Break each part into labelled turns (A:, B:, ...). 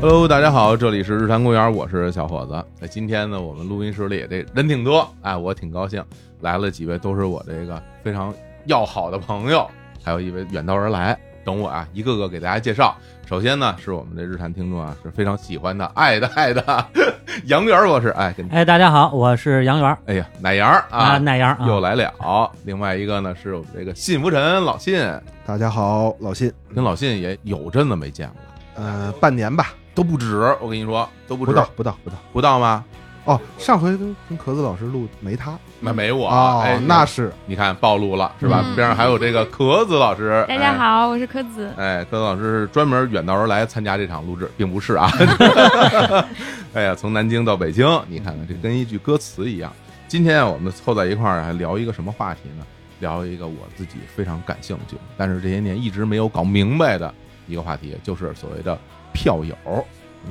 A: Hello，大家好，这里是日坛公园，我是小伙子。那今天呢，我们录音室里这人挺多，哎，我挺高兴，来了几位都是我这个非常要好的朋友，还有一位远道而来。等我啊，一个个给大家介绍。首先呢，是我们这日坛听众啊，是非常喜欢的、爱的、爱的 杨元博士，哎，跟
B: 哎，大家好，我是杨元儿
A: 哎呀，奶羊儿啊，
B: 奶羊儿啊，
A: 又来了。另外一个呢，是我们这个信福臣老信，
C: 大家好，老信，
A: 跟老信也有阵子没见过，
C: 呃，半年吧，
A: 都不止。我跟你说，都不止，
C: 不到不到不到。
A: 不到吗？
C: 哦，上回跟跟壳子老师录没他
A: 那没我，
C: 哦，
A: 哎，
C: 那是
A: 你看暴露了是吧？
D: 嗯
A: 边上还有这个壳子老师，
D: 大家
A: 哎。
D: 好，我是柯子。
A: 哎，柯子老师是专门远道而来参加这场录制，并不 是啊。哎呀，从南京到北京，你看看这跟一句歌词一样。今天啊我们凑在一块儿还聊一个什么话题呢？聊一个我自己非常感兴趣，但是这些年一直没有搞明白的一个话题，就是所谓的票友。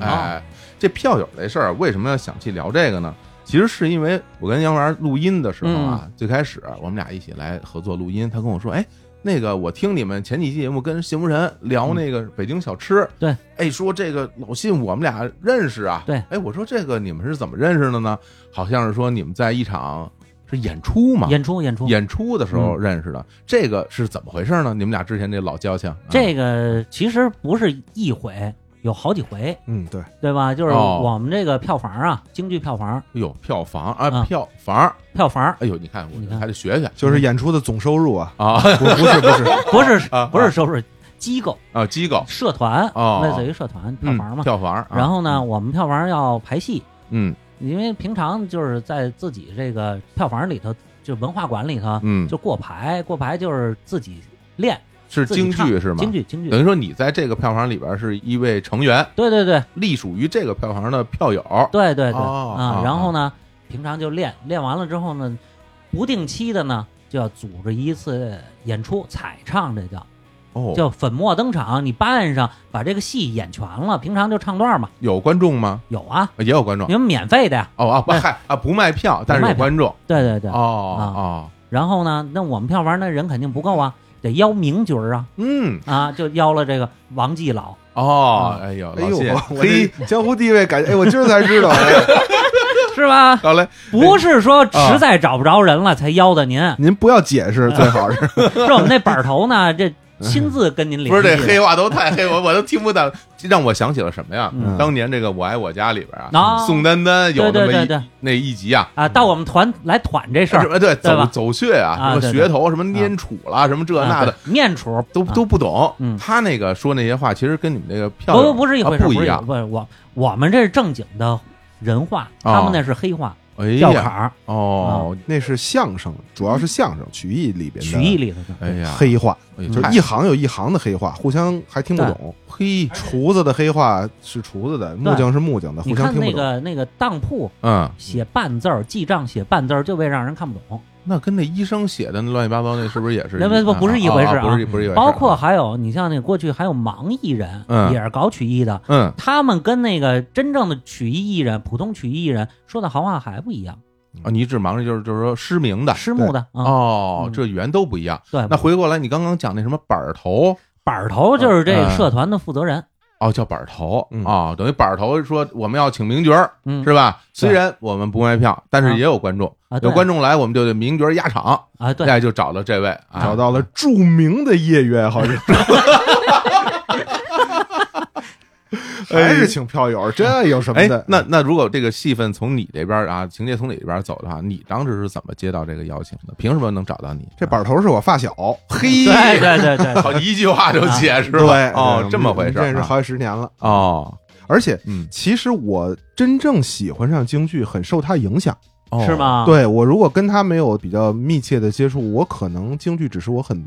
B: 啊
A: 哎，这票友这事儿啊为什么要想去聊这个呢？其实是因为我跟杨元录音的时候啊，
B: 嗯
A: 最开始我们俩一起来合作录音，他跟我说，哎，那个我听你们前几期节目跟邢福臣聊那个北京小吃，
B: 嗯对，
A: 哎，说这个老信我们俩认识啊，
B: 对，
A: 哎，我说这个你们是怎么认识的呢？好像是说你们在一场是演出嘛，
B: 演出演出。嗯
A: 演出的时候认识的，这个是怎么回事呢？你们俩之前这老交情，啊
B: 这个其实不是一回，有好几回，
C: 嗯对，
B: 对吧？就是
A: 哦
B: 我们这个票房啊，京剧票房，
A: 哎呦票房啊
B: 啊
A: 票房，
B: 票房
A: 哎呦你看
B: 你
A: 我
B: 看
A: 还得学学
C: 就是演出的总收 入啊，
A: 啊
C: 不不是不是，
B: 不是
A: 啊
B: 不是收入，机构
A: 啊机构
B: 社团
A: 哦
B: 类似于社团票房
A: 嗯
B: 嘛。
A: 票房，啊
B: 然后呢，我们票房要排戏，
A: 嗯
B: 因为平常就是在自己这个票房里头，就文化馆里头
A: 嗯
B: 就过排，过排就是自己练，
A: 是
B: 自己
A: 京
B: 唱
A: 剧是吗？
B: 京剧京剧
A: 等，于说你在这个票房里边是一位成员，
B: 对对对。
A: 隶属于这个票房的票友。
B: 对对对、
A: 哦
B: 啊
A: 哦，
B: 然后呢，平常就练，练完了之后呢，不定期的呢就要组织一次演出，彩唱这叫
A: 哦，
B: 叫粉墨登场，你扮上把这个戏演全了，平常就唱段嘛，
A: 有观众吗？
B: 有啊，
A: 也有观众
B: 你。们免费的呀，
A: 哦啊，不嗨啊，不卖票，但是有观众。
B: 对对对，啊
A: 哦哦，
B: 然后呢，那我们票房那人肯定不够啊，得邀名角儿啊
A: 嗯
B: 啊，就邀了这个王季老，啊
A: 哦，哎呦，
C: 哎
A: 老
C: 呦，
A: 谢，
C: 我我
A: 嘿，
C: 这江湖地位感觉，哎，我今儿才知道，哎
B: 是吧？
A: 好嘞，
B: 不是说实在找不着人
A: 哦
B: 了才邀的您，
C: 您不要解释，最好是
B: 是我们那板头呢，这亲自跟您联
A: 不
B: 系
A: 是
B: 的，
A: 这黑话都太黑， 我我都听不到，让我想起了什么呀？
B: 嗯
A: 当年这个《我爱我家》里边啊，
B: 啊
A: 宋丹丹有
B: 对
A: 那
B: 对
A: 么
B: 对
A: 一
B: 对
A: 那一集啊，
B: 啊，到我们团来团这事儿
A: 什，么对
B: 吧
A: 走走穴啊，
B: 啊
A: 什么
B: 对
A: 穴
B: 对
A: 头，什么拈杵啦，什么这那的，
B: 啊对面处
A: 都
B: 啊
A: 都不懂。
B: 嗯
A: 他那个说那些话，其实跟你们这个票
B: 不
A: 友
B: 不不是一回事，
A: 啊不
B: 不是
A: 一样。
B: 不是我我们这是正经的人话，他们那是黑话
A: 啊哎
B: 吊
A: 呀
B: 坎，儿啊
A: 哦，
C: 那是相声，主要是相声曲艺里边的
B: 曲艺里头
A: 哎
B: 的。
A: 呀，
C: 黑话，
A: 哎呀，
C: 就
A: 太
C: 是一行有一行的黑话，互相还听不懂。
A: 黑，
C: 厨子的黑话是厨子的，木匠是木匠的，
B: 你
C: 互相
B: 看
C: 听
B: 那
C: 不懂。
B: 个那个当铺
A: 嗯，
B: 写半字儿，记账写半字儿，就为让人看不懂。
A: 那跟那医生写的那乱七八糟那是不是也是一？
B: 那不不不是一回事
A: 啊，
B: 啊
A: 不是不是一回事。
B: 包括还有你像那过去还有盲艺人
A: 嗯，
B: 也是搞曲艺的，
A: 嗯，
B: 他们跟那个真正的曲艺艺人、普通曲艺艺人说的行话还不一样，
A: 啊，你只忙着就是就是说失明的
B: 师母的啊，
A: 哦
B: 嗯，
A: 这语言都不一样。
B: 对，
A: 那回过来，你刚刚讲那什么板儿头
B: 板儿头就是这个
A: 嗯
B: 社团的负责人，
A: 哦，叫板儿头
C: 嗯
A: 啊，等于板儿头说我们要请名角儿
B: 嗯
A: 是吧？虽
B: 对
A: 然我们不卖票，但是也有观众，
B: 啊，
A: 有
B: 对
A: 观众来，我们就得名角儿压场，
B: 啊，对，
A: 哎，就找了这位，啊
C: 找到了著名的夜约，好像是，还是请票友，这有什么
A: 哎
C: 的？，
A: 那那如果这个戏份从你这边儿啊，情节从你这边儿走的话，你当时是怎么接到这个邀请的？凭什么能找到你？啊
C: 这板头是我发小，
A: 嘿，
B: 对对对对，
A: 哎好，一句话就解释了。
C: 对，
A: 哦
C: 对，
A: 这么回事
C: 我们认识
A: 儿、啊。
C: 好几十年了。
A: 哦，
C: 而且，
A: 嗯，
C: 其实我真正喜欢上京剧，很受他影响。
A: 哦
B: 是？吗？，啊
C: 对我，如果跟他没有比较密切的接触，我可能京剧只是我很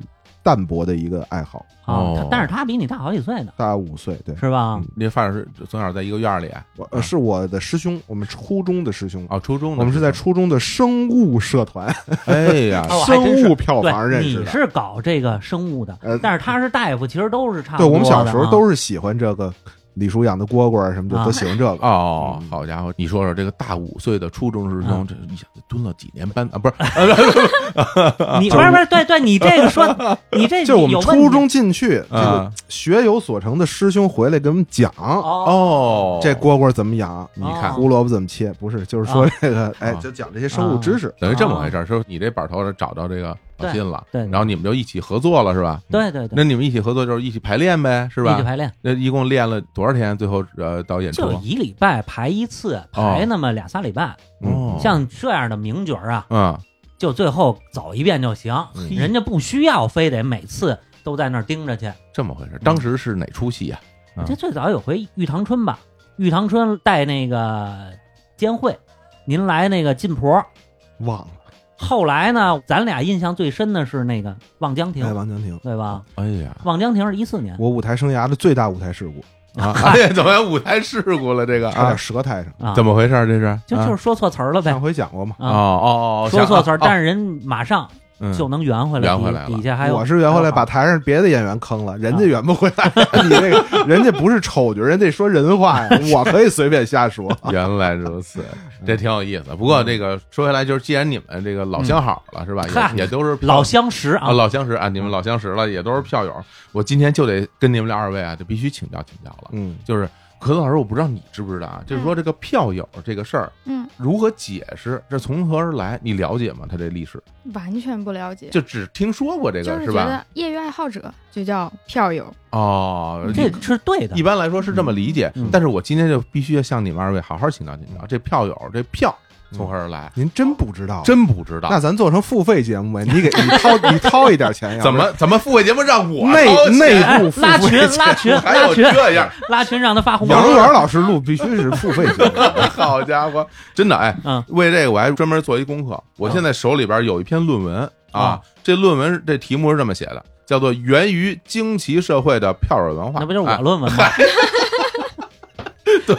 C: 淡薄的一个爱好，
B: 啊，
A: 哦嗯
B: 他但是他比你大好几岁呢，
C: 大五岁。对，
B: 是吧？
A: 那发小是从小在一个院儿里啊
C: 我呃是我的师兄，我们初中的师兄。
A: 哦，初中的
C: 我们是在初中的生物社团，
A: 哎呀，
B: 哦还真是
C: 生物票
B: 对
C: 房认，识
B: 你
C: 的。
B: 是搞这个生物的
C: 呃，
B: 但是他是大夫，其实都是差不多
C: 对
B: 的啊。
C: 我们小时候都是喜欢这个李叔养的蝈蝈什么的
B: 啊
C: 都喜欢这个。
A: 哦，好家伙，你说说这个大五岁的初中师生，这一下蹲了几年班啊？不是 啊，
B: 你不是不是对对，你这个说 你 这
C: 就是我们
B: 有问题
C: 初中进去，这个
A: 啊
C: 学有所成的师兄回来给我们讲，
B: 哦
A: 哦，
C: 这蝈蝈怎么养，
A: 你看啊
B: 哦
C: 胡萝卜怎么切，不是，就是说这个，哎，就讲这些生物知识。
A: 等于这么回事儿，说你这板头找到这个老信了，
B: 哦对对
A: 然后你们就一起合作了，是吧？
B: 对对对，
A: 那你们一起合作就是一起排练呗，是
B: 一起
A: 吧？
B: 排练
A: 那一共练了多少天？最后呃到演出
B: 就一礼拜排一次，排那么俩仨礼拜。
C: 嗯，
A: 哦，
B: 像这样的名角儿啊，
A: 嗯
B: 就最后走一遍就行，
A: 嗯
B: 人家不需要非得每次都在那儿盯着去。
A: 这么回
B: 嗯
A: 事儿，当时是哪出戏呀？嗯
B: 这最早有回玉堂春吧，玉堂春带那个监会，您来那个金婆。
C: 忘了，
B: 后来呢，咱俩印象最深的是那个望江
C: 哎，
B: 亭，
C: 王江亭，
B: 对吧？
A: 哎呀
B: 望江亭是一四年
C: 我舞台生涯的最大舞台事故，
A: 啊！ 哎呀，怎么还舞台事故了？这个
C: 差
A: 啊
C: 点，舌苔上。
B: 啊，
A: 怎
B: 么
A: 么回事儿？这是
B: 就就是
A: 啊
B: 说错词儿了呗
C: 上？回讲过嘛，
A: 哦
B: 啊，
A: 哦嗯哦，
B: 说错词儿，
A: 但
B: 但是人马上就能圆回来，
A: 圆
B: 底
A: 回来了
B: 底下还有啊
C: 我是圆回来把台上别的演员坑了，人家圆不回来。 你这个人家不是丑角，人家说人话呀，我可以随便 瞎说。
A: 原来如此，这挺有意思。不过这个说回来，就是既然你们这个老相好了，是吧？
B: 嗨
A: 也也都是票
B: 老相识啊
A: 啊，，老相识啊，你们老相识了，也都是票友。我今天就得跟你们俩二位啊，就必须请教请教了。
C: 嗯，
A: 就是可乐老师，我不知道你知不知道啊，就是说这个票友这个事儿
D: 嗯，
A: 如何解释，这从何而来？你了解吗？他这历史
D: 完全不了解，
A: 就只听说过这
D: 就
A: 个
D: 是
A: 是
D: 觉
A: 吧？
D: 得业余爱好者就叫票友。嗯
A: 哦，
B: 这是对的哎
A: 一。般来说是这么理解
B: 嗯，
A: 但是我今天就必须要向你们二位好好请教请教，这票友这票从何而
D: 嗯
A: 来？
C: 您真不知道，啊
A: 真不知道。
C: 那咱做成付费节目呗？ 你给你掏你掏一点 钱哎呀？
A: 怎么怎么付费节目让我
C: 内
A: 掏钱
C: 内
B: 哎
C: 部付费
B: 拉群拉群
A: 还
B: 拉
A: 有
B: 群
A: 这样？
B: 拉群，让他发红包
C: 杨。元老师录必须是付费节目，
A: 好家伙，真的哎，
B: 嗯
A: 为这个我还专门做一功课。我现在手里边有一篇论文啊
B: 啊，
A: 这论文这题目是这么写的，叫做《源于惊奇社会的票友文化》，
B: 那不就是我
A: 哎
B: 论文吗？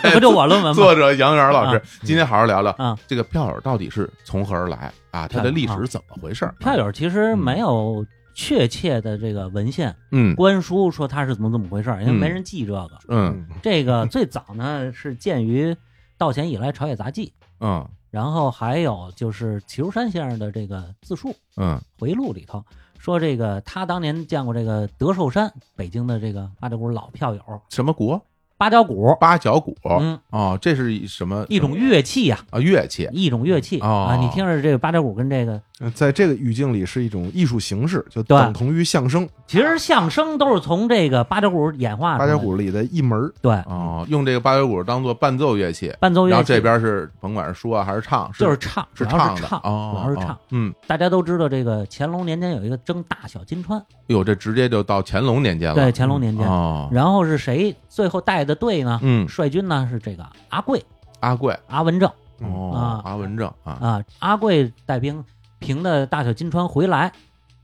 B: 那不就 我论文吗？嗯
A: 作者杨元老师，今天好好聊聊
B: 啊
A: 这个票友到底是从何而来啊？它的历史是怎么回事？
B: 嗯票，友其实没有确切的这个文献
A: 嗯
B: 官书说他是怎么怎么回事儿，因为
A: 嗯
B: 没人记这个。
A: 嗯
B: 这个 最早呢是鉴于道贤以来朝野杂记，
A: 嗯
B: 然后还有就是齐如山先生的这个自述
A: 嗯
B: 回忆录里头说，这个他当年见过这个德寿山北京的这个八角鼓老票友
A: 什么鼓？
B: 八角鼓，
A: 八角鼓
B: 嗯，
A: 哦，这是一什么
B: 一种乐器呀、
A: 啊乐器？
B: 一种乐器、
A: 哦
B: 啊，你听着这个八角鼓跟这个，
C: 在这个语境里是一种艺术形式，就
B: 对
C: 等同于相声。
B: 其实相声都是从这个八角鼓演化出
C: 八
B: 来的
C: 角鼓里的一门儿
B: 对
A: 哦，用这个八角鼓当做伴奏乐器，
B: 伴奏乐器，
A: 然后这边是甭管是说啊还是唱，
B: 就是唱，
A: 是
B: 主要
A: 唱
B: 是
A: 的
B: 唱，
A: 哦，
B: 主要是唱
A: 哦。嗯，
B: 大家都知道，这个乾隆年间有一个征大小金川，
A: 哟，哎这直接就到乾隆年间了，
B: 对，乾隆年间。
A: 哦，
B: 然后是谁最后带的队呢？
A: 嗯，
B: 率军呢是这个阿贵、
A: 阿贵，
B: 阿文正
A: 哦，
B: 啊
A: 阿文正啊，
B: 啊，阿贵带兵凭的大小金川回来，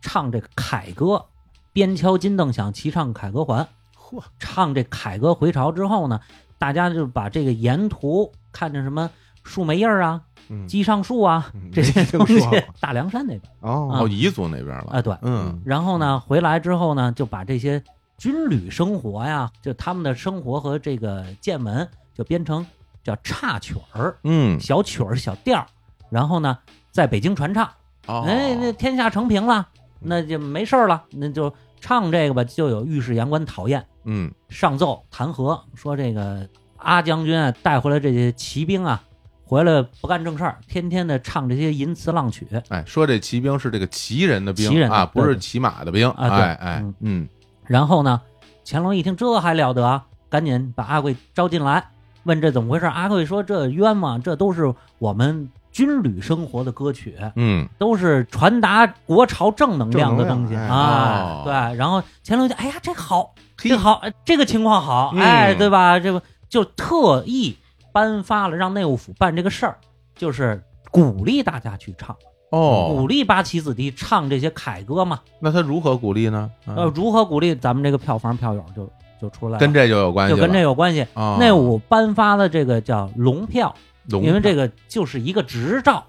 B: 唱这个凯歌，边敲金凳响，齐唱凯歌还。嚯，唱这凯歌回朝之后呢，大家就把这个沿途看着什么树莓叶儿啊、
C: 嗯
B: 鸡上树啊
C: 嗯
B: 这
C: 没
B: 些
C: 听
B: 东西
C: 说过，
B: 大凉山那边
A: 哦，
C: 哦，
A: 彝族那边了，
B: 啊，对，
A: 嗯，
B: 然后呢，回来之后呢，就把这些军旅生活呀，就他们的生活和这个见闻，就编成叫插曲儿、
A: 嗯，
B: 小曲儿、小调儿，然后呢，在北京传唱。
A: 哦，
B: 哎，那天下成平了，那就没事儿了，那就唱这个吧。就有御史言官讨厌，
A: 嗯，
B: 上奏弹劾说这个阿将军啊带回来这些骑兵啊，回来不干正事儿，天天的唱这些淫词浪曲。
A: 哎，说这骑兵是这个骑人的兵
B: 骑人的
A: 啊，
B: 对
A: 不是骑马的兵，
B: 啊对
A: 哎哎，嗯，
B: 然后呢，乾隆一听这还了得，啊赶紧把阿贵招进来，问这怎么回事。阿贵说：“这冤枉，这都是我们军旅生活的歌曲，
A: 嗯，
B: 都是传达国潮正能量的东西
C: 正能量
A: 哎
B: 啊。”对，然后乾隆就哎呀，这好，
A: 嘿
B: 这好，这个情况好，
A: 嗯
B: 哎，对吧？这个就特意颁发了让内务府办这个事儿，就是鼓励大家去唱，
A: 哦
B: 鼓，励八旗子弟唱这些凯歌嘛。
A: 那他如何鼓励呢？嗯
B: 呃，，如何鼓励咱们这个票房票友就就出来了
A: 跟这就有关系
B: 就
A: 了，
B: 跟这有关系。
A: 哦
B: 内务颁发的这个叫龙票，
A: 龙，
B: 因为这个就是一个执照，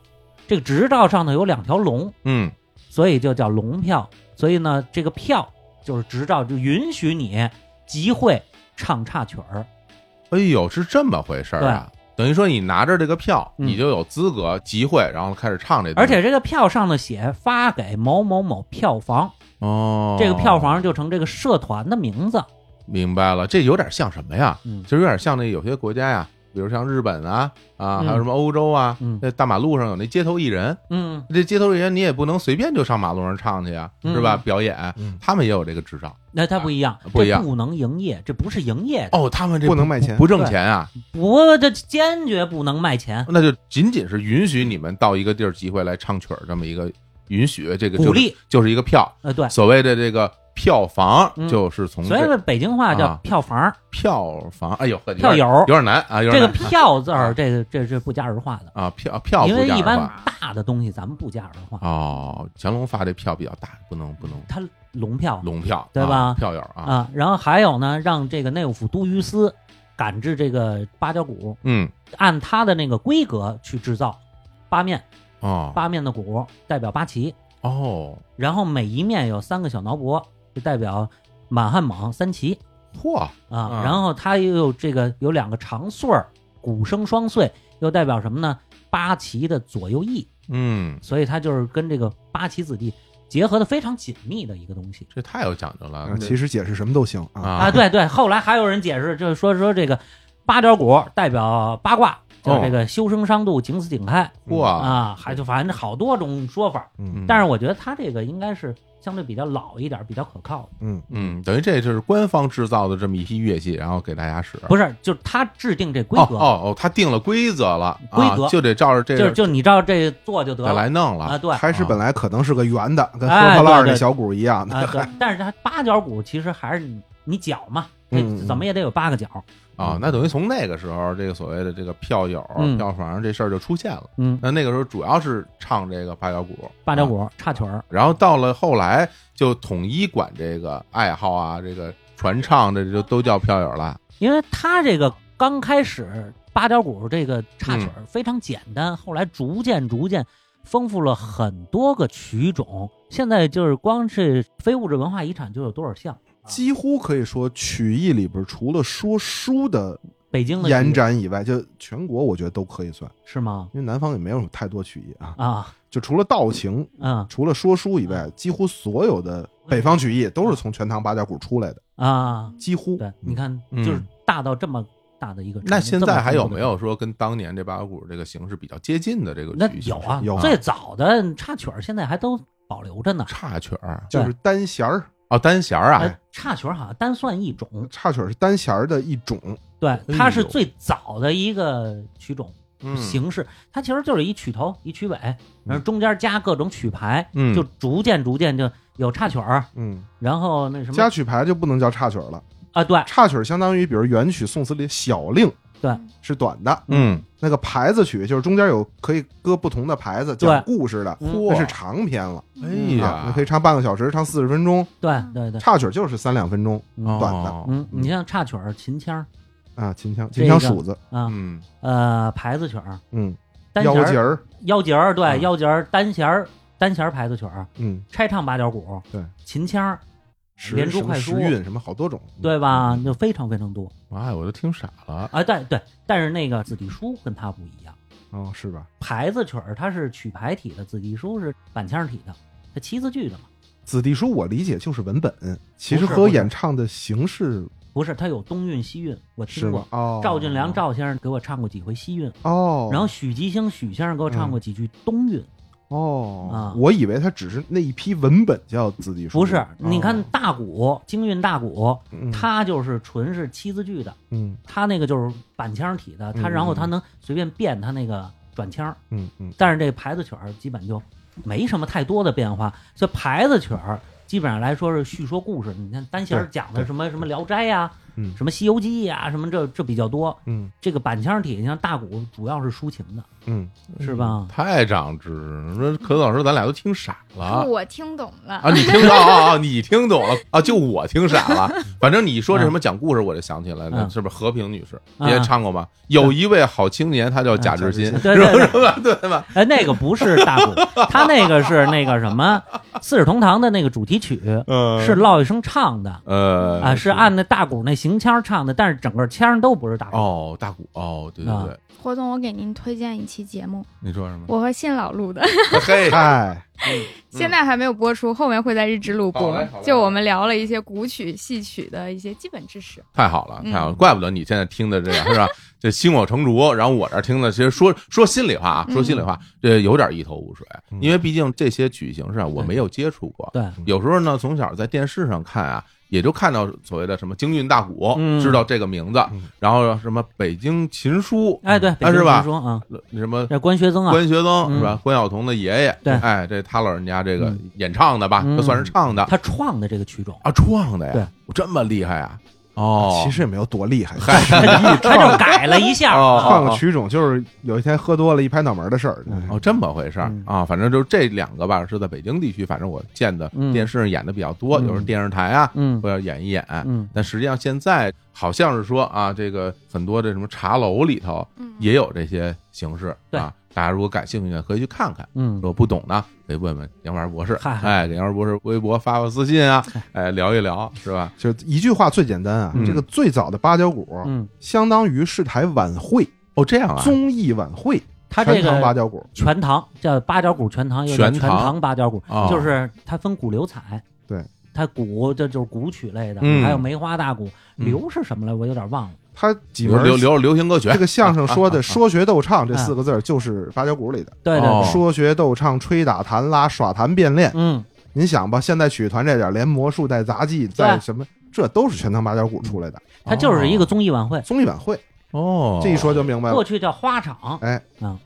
B: 这个执照上头有两条龙，
A: 嗯，
B: 所以就叫龙票。所以呢，这个票就是执照，就允许你集会唱插曲儿，
A: 哎呦，是这么回事儿啊！等于说你拿着这个票，
B: 嗯
A: 你就有资格集会，然后开始唱这东
B: 而
A: 西。
B: 且这个票上头写发给某某某票房，
A: 哦，
B: 这个票房就成这个社团的名字。
A: 明白了，这有点像什么呀？
B: 嗯
A: 其实有点像那有些国家呀，比如像日本啊啊，
B: 嗯
A: 还有什么欧洲啊，
B: 嗯
A: 那大马路上有那街头艺人，
B: 嗯，
A: 这街头艺人你也不能随便就上马路上唱去呀，是吧？
B: 嗯
A: 表演，
C: 嗯
A: 他们也有这个执照。
B: 那它不一样，
A: 啊不一样
B: 这不能营业，这不是营业，
A: 哦，他们这
C: 嗯不能卖钱
A: 不挣钱啊，
B: 不，这坚决不能卖钱，
A: 那就仅仅是允许你们到一个地儿集会来唱曲儿这么一个允许，这个就是
B: 鼓励，
A: 就是一个票，
B: 呃，对，
A: 所谓的这个票房
B: 嗯
A: 就是从
B: 所以
A: 这
B: 说北京话叫
A: 啊
B: 票房、
A: 票房，哎呦，呵
B: 票
A: 有点
B: 友
A: 有。点难啊，有
B: 这
A: 点
B: 个
A: 难
B: 票字儿，这个这是不加儿化的，
A: 啊，票票
B: 因
A: 不
B: 为
A: 加
B: 一
A: 儿
B: 般
A: 化
B: 大的东西咱们不加儿化，
A: 哦，乾隆发这票比较大，不能不能
B: 它龙票
A: 龙票
B: 对吧
A: 啊票友啊，
B: 啊。然后还有呢，让这个内务府都虞司赶制这个八角鼓，
A: 嗯
B: 按它的那个规格去制造八面，
A: 哦
B: 八面的鼓代表八旗，
A: 哦，
B: 然后每一面有三个小挠脖，就代表满汉蒙三旗。
A: 嚯，
B: 啊
A: 啊，
B: 然后它又有这个有两个长穗儿，鼓声双穗，又代表什么呢？八旗的左右翼，
A: 嗯，
B: 所以它就是跟这个八旗子弟结合的非常紧密的一个东西
A: 这太有讲究了
C: 啊，其实解释什么都行啊。
A: 啊
B: 啊。对对，后来还有人解释，就是说说这个八角鼓代表八卦，就是这个修身伤度，景死景开
A: 嚯，
B: 啊，还就反正好多种说法。
C: 嗯
B: 但是我觉得它这个应该是相对比较老一点，比较可靠的。
C: 嗯
A: 嗯，等于这就是官方制造的这么一批乐器，然后给大家使。
B: 不是，就是它制定这规
A: 哦
B: 格，
A: 哦哦，他定了规则了，
B: 规
A: 啊
B: 则
A: 就得照着这
B: 就
A: 个
B: 就你照这做就得
A: 再
B: 了
A: 来弄
B: 啊。
A: 了。
B: 对，
C: 开始本来可能是个圆的，跟
B: 哎
C: 喝破烂儿
B: 对对
C: 那小鼓一样的，
B: 啊，对，但是它八角鼓其实还是你你脚嘛，这
C: 嗯嗯
B: 怎么也得有八个角，
A: 啊，那等于从那个时候，这个所谓的这个票友、
B: 嗯
A: 票房这事儿就出现了。
B: 嗯，
A: 那那个时候主要是唱这个八角鼓，
B: 八角
A: 啊
B: 鼓插曲儿，
A: 然后到了后来就统一管这个爱好啊，这个传唱的就都叫票友了。
B: 因为它这个刚开始八角鼓这个插曲
A: 嗯
B: 儿非常简单，后来逐渐逐渐丰富了很多个曲种，现在就是光是非物质文化遗产就有多少项，
C: 几乎可以说曲艺里边除了说书的
B: 北京的
C: 延
B: 曲
C: 展以外，就全国我觉得都可以算，
B: 是吗？
C: 因为南方也没有太多曲艺啊，
B: 啊，
C: 就除了道情，
B: 嗯
C: 除了说书以外，几乎所有的北方曲艺都是从全唐八角鼓出来的，
B: 啊，
C: 几乎
B: 对，你看
A: 嗯
B: 就是大到这么大的一个程度，
A: 那现
B: 这么
A: 在还有
B: 丰富的
A: 没有说跟当年这八角鼓这个形式比较接近的这个
B: 那
A: 曲
B: 有啊，
C: 有啊
B: 最早的插曲儿现在还都保留着呢。
A: 插曲儿
C: 就是单弦儿，
A: 哦，单弦儿啊
B: 呃，插曲儿好像单算一种，
C: 插曲儿是单弦儿的一种，
B: 对，它是
A: 呦
B: 最早的一个曲种
A: 嗯，
B: 形式，它其实就是一曲头一曲尾，然后中间加各种曲牌，
A: 嗯
B: 就逐渐逐渐就有插曲儿，
C: 嗯，
B: 然后那什
C: 加
B: 么
C: 曲牌就不能叫插曲儿了，
B: 啊，对，
C: 插曲儿相当于比如元曲、宋词里小令，
B: 对，
C: 是短的，
A: 嗯，
C: 那个牌子曲就是中间有可以搁不同的牌子讲故事的，
B: 嗯
C: 那是长篇了，
A: 哎
C: 啊，那
A: 呀
C: 可，以唱半个小时，唱四十分钟，
B: 对对对，
C: 插曲就是三两分钟
B: 嗯
C: 短的
A: 哦，
B: 嗯，你像插曲儿、秦腔儿
C: 啊，秦腔
B: 这
C: 秦
B: 个
C: 腔数子，
B: 啊，
A: 嗯，
B: 呃，牌子曲儿、
C: 嗯，
B: 单
C: 腰
B: 弦
C: 节
B: 儿、
C: 儿，
B: 腰节儿，
A: 啊
B: 对，腰节儿、单弦儿、单弦儿牌子曲儿，
C: 嗯，
B: 拆唱八角鼓，
C: 对，
B: 秦腔儿，
C: 时
B: 连珠
C: 什么
B: 快
C: 时
B: 书
C: 韵什么好多种，嗯
B: 对吧？就非常非常多
A: 哎，我都听傻了。
B: 啊，对对，但是那个子弟书跟它不一样。
C: 哦，是吧？
B: 牌子曲儿它是曲牌体的，子弟书是板腔体的，它七字句的嘛，
C: 子弟书我理解就是文本，其实
B: 不是不
C: 和
B: 是
C: 演唱的形式
B: 不是它有东韵西韵，我
C: 是
B: 听
C: 吗
B: 过？。
C: 哦，
B: 赵俊良赵先生给我唱过几回西韵，
C: 哦，嗯
B: 然后许吉星许先生给我唱过几句东韵，
C: 哦
B: 啊，
C: 我以为他只是那一批文本叫子弟书，
B: 不是
C: 哦？
B: 你看大鼓京韵大鼓，
C: 嗯
B: 它就是纯是七字句的，
C: 嗯
B: 它那个就是板腔体的，它
C: 嗯
B: 然后
C: 嗯
B: 它能随便变它那个转腔儿，
C: 嗯嗯，
B: 但是这牌子曲儿基本就没什么太多的变化，所以牌子曲儿基本上来说是叙说故事。你看单弦儿
C: 对
B: 讲的
C: 对
B: 什么什么《聊斋》呀，
C: 嗯
B: 什么《西游记》呀，什么这这比较多。
C: 嗯
B: 这个板腔体，像大鼓主要是抒情的，
C: 嗯，
B: 是吧？
A: 太长知识了，说可老师，咱俩都听傻
B: 哦
A: 了。
D: 我听懂 了
A: 啊啊，，你听到啊啊，你听懂了啊，就我听傻了。反正你说这什么讲故事，我就想起来了，
B: 嗯
A: 是不是和平女士
B: 啊
A: 你也唱过吗？有一位好青年，他叫贾志新，
B: 对对对，
A: 是吧？对吧？
B: 哎，那个不是大鼓，他那个是那个什么《四世同堂》的那个主题曲，
A: 嗯
B: 是，骆玉笙唱的
A: 呃
B: 啊，是按那大鼓那行腔唱的，但是整个腔都不是大鼓。
A: 哦，大鼓哦，对对对，
D: 霍总，我给您推荐一期节目，
A: 你说什么？
D: 我和信老录的，
A: 嘿，
C: 哎，
D: 现在还没有播出，后面会在日志录
A: 好
D: 播
A: 嘞好。嘞
D: 就我们聊了一些古曲、戏曲的一些基本知识。
A: 太好了，
D: 嗯
A: 太好了，怪不得你现在听的这个是吧？这心火成竹，然后我这儿听的，其实说说心里话啊，
D: 嗯
A: 说心里话，这有点一头雾水，
C: 嗯
A: 因为毕竟这些曲形式啊，我没有接触过。
B: 对，
A: 有时候呢，从小在电视上看啊，也就看到所谓的什么京韵大鼓，
B: 嗯
A: 知道这个名字
C: 嗯，
A: 然后什么北京琴书，
B: 哎，对，
A: 啊是吧
B: 北京人说啊，
A: 什么
B: 这关学增啊，
A: 关学增
B: 嗯
A: 是吧？关晓彤的爷爷，
B: 对
A: 哎，这他老人家这个
B: 嗯
A: 演唱的吧，
B: 嗯
A: 他算是唱的
B: 他创的这个曲种，
A: 啊，创的
B: 对
A: 呀，这么厉害啊！哦，
C: 其实也没有多厉害，
B: 他就改了一下。
A: 哦
C: 换个曲种就是有一天喝多了，一拍脑门的事儿。
B: 嗯
A: 哦，这么回事儿
B: 嗯
A: 啊，反正就是这两个吧，是在北京地区，反正我见的
B: 嗯
A: 电视上演的比较多，
B: 嗯
A: 有时候电视台啊，
B: 嗯
A: 我要演一演。
B: 嗯，
A: 但实际上现在好像是说啊，这个很多这什么茶楼里头
D: 嗯，
A: 也有这些形式
B: 对
A: 啊，大家如果感兴趣的可以去看看。
B: 嗯
A: 如，果不懂呢，可以问问杨凡博士，
B: 嗨
A: 哎，给杨凡博士微博发发私信 啊，哎，聊一聊是吧？
C: 就一句话最简单啊
A: 嗯，
C: 这个最早的八角鼓
B: 嗯，
C: 相当于是台晚会、
A: 哦，这样啊，
C: 综艺晚会，
B: 他这
C: 全堂八
B: 个
C: 角鼓。
B: 全堂叫八角鼓全堂，又叫
A: 全
B: 全
A: 堂
B: 堂八角鼓
A: 哦，
B: 就是它分鼓流彩。
C: 对，
B: 它鼓这就是鼓曲类的
A: 嗯，
B: 还有梅花大鼓，
A: 嗯
B: 流是什么来？我有点忘了。
C: 它几
A: 流
C: 门
A: 流流流行歌曲
C: 这，个相声说的“
A: 啊啊啊
C: 说学逗唱”这
B: 哎
C: 四个字儿就是八角鼓里的。
B: 对对
A: 哦
B: 对，
C: 说学逗唱、吹打弹拉、耍弹变练，
B: 嗯，
C: 您想吧，现在曲艺团这点儿，连魔术带杂技
B: 对
C: 带
B: 嗯
C: 什么，这都是全堂八角鼓出来的
B: 它就是一个综艺晚会，
C: 综艺晚会。
A: 啊哦，哎
C: 这一说就明白
B: 过
C: 了，哎
B: 去叫花场。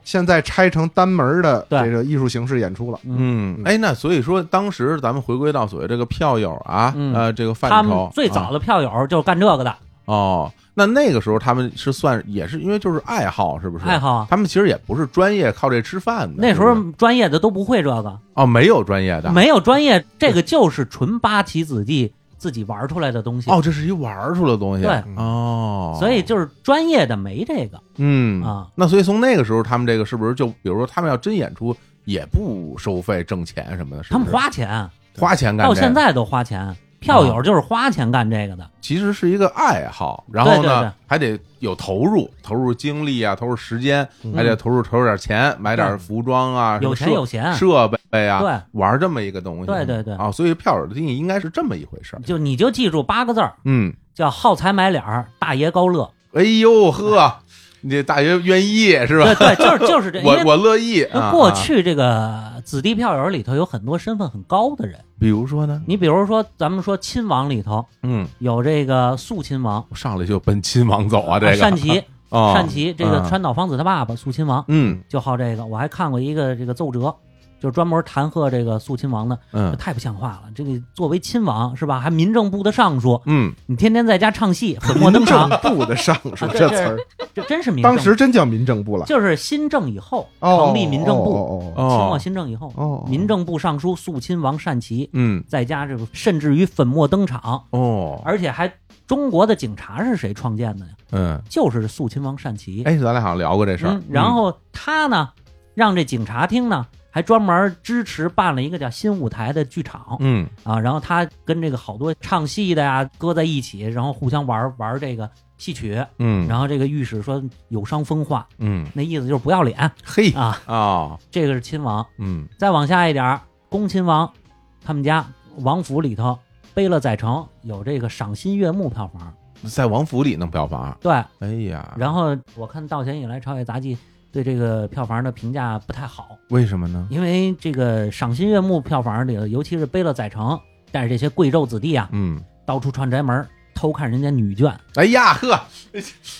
C: 现在拆成单门儿的
B: 嗯对
C: 这个艺术形式演出了。
A: 嗯，哎，那所以说，当时咱们回归到所谓这个票友啊，
B: 嗯
A: 呃，这个范
B: 他
A: 畴
B: 们，最
A: 啊
B: 早的票友就是干这个的
A: 哦，那那个时候他们是算也是因为就是爱好，是不是？
B: 爱，好啊。
A: 他们其实也不是专业靠这吃饭的。
B: 那时
A: 是不是
B: 候专业的都不会这个，
A: 哦，没有专业的，
B: 没有专业，这个就是纯八旗子弟自己玩出来的东西。
A: 哦，这是一玩儿出来的东西。
B: 对
A: 哦，
B: 所以就是专业的没这个，
A: 嗯
B: 啊，
A: 那所以从那个时候，他们这个是不是就比如说他们要真演出也不收费挣钱什么的？是
B: 他
A: 不是
B: 们花钱，
A: 花钱干、这
B: 到
A: 个，啊
B: 现在都花钱，票友就是花钱干这个的。
A: 其实是一个爱好，然后呢
B: 对对
A: 还得有投入，投入精力啊，投入时间，还得投入投入点钱，买点服装啊，
B: 嗯有
A: 什么
B: 钱有闲
A: 设，设备啊，
B: 对，
A: 玩这么一个东西，
B: 对对对
A: 啊，所以票友的定义应该是这么一回事儿，
B: 就你就记住八个字儿，
A: 嗯，
B: 叫好财买脸儿，大爷高乐。
A: 哎呦 呵，你这大爷愿意是吧
B: 对？对，就是就是这，因
A: 我
B: 为
A: 我乐意啊，
B: 过
A: 啊，
B: 去这个子弟票友里头有很多身份很高的人，
A: 比如说呢，
B: 你比如说咱们说亲王里头
A: 嗯，
B: 有这个肃亲王。
A: 我上来就奔亲王走啊，这个
B: 单骑，
A: 哦
B: 单骑，这个
A: 啊
B: 川岛芳子他爸爸肃亲王
A: 嗯
B: 就好这个。我还看过一个这个奏折，就是专门弹劾这个肃亲王的，这
A: 嗯
B: 太不像话了。这个作为亲王是吧，还民政部的尚书，
A: 嗯，
B: 你天天在家唱戏，粉墨登
C: 民
B: 场
C: 政，部的上述
B: 啊对
C: 这词儿，
B: 这真是民政。
C: 当时真叫民政部了。
B: 就是新政以后
C: 哦
B: 成立民政部，
C: 哦哦
B: 清末
A: 哦，
B: 新政以后，
C: 哦，
B: 民政部尚书肃亲王善祺，
A: 嗯
B: 在家这个甚至于粉墨登场，
A: 哦，
B: 而且还中国的警察是谁创建的呀？
A: 嗯，
B: 就是肃亲王善祺。
A: 哎，咱俩好像聊过这事儿
B: 嗯，，然后他呢，让这警察厅呢，还专门支持办了一个叫新舞台的剧场
A: 嗯。
B: 啊，然后他跟这个好多唱戏的呀搁在一起，然后互相玩玩这个戏曲，
A: 嗯，
B: 然后这个御史说有伤风化，
A: 嗯，
B: 那意思就是不要脸
A: 嘿
B: 啊，
A: 哦，
B: 这个是亲王。
A: 嗯，
B: 再往下一点儿，恭亲王他们家王府里头，背了宰城有这个赏心悦目票房，
A: 在王府里弄票房，
B: 对。
A: 哎呀，
B: 然后我看道贤以来朝野杂技对这个票房的评价不太好，
A: 为什么呢？
B: 因为这个赏心悦目票房里头，尤其是背了宰城，带着这些贵胄子弟啊，
A: 嗯，
B: 到处串宅门儿偷看人家女眷，
A: 哎呀呵，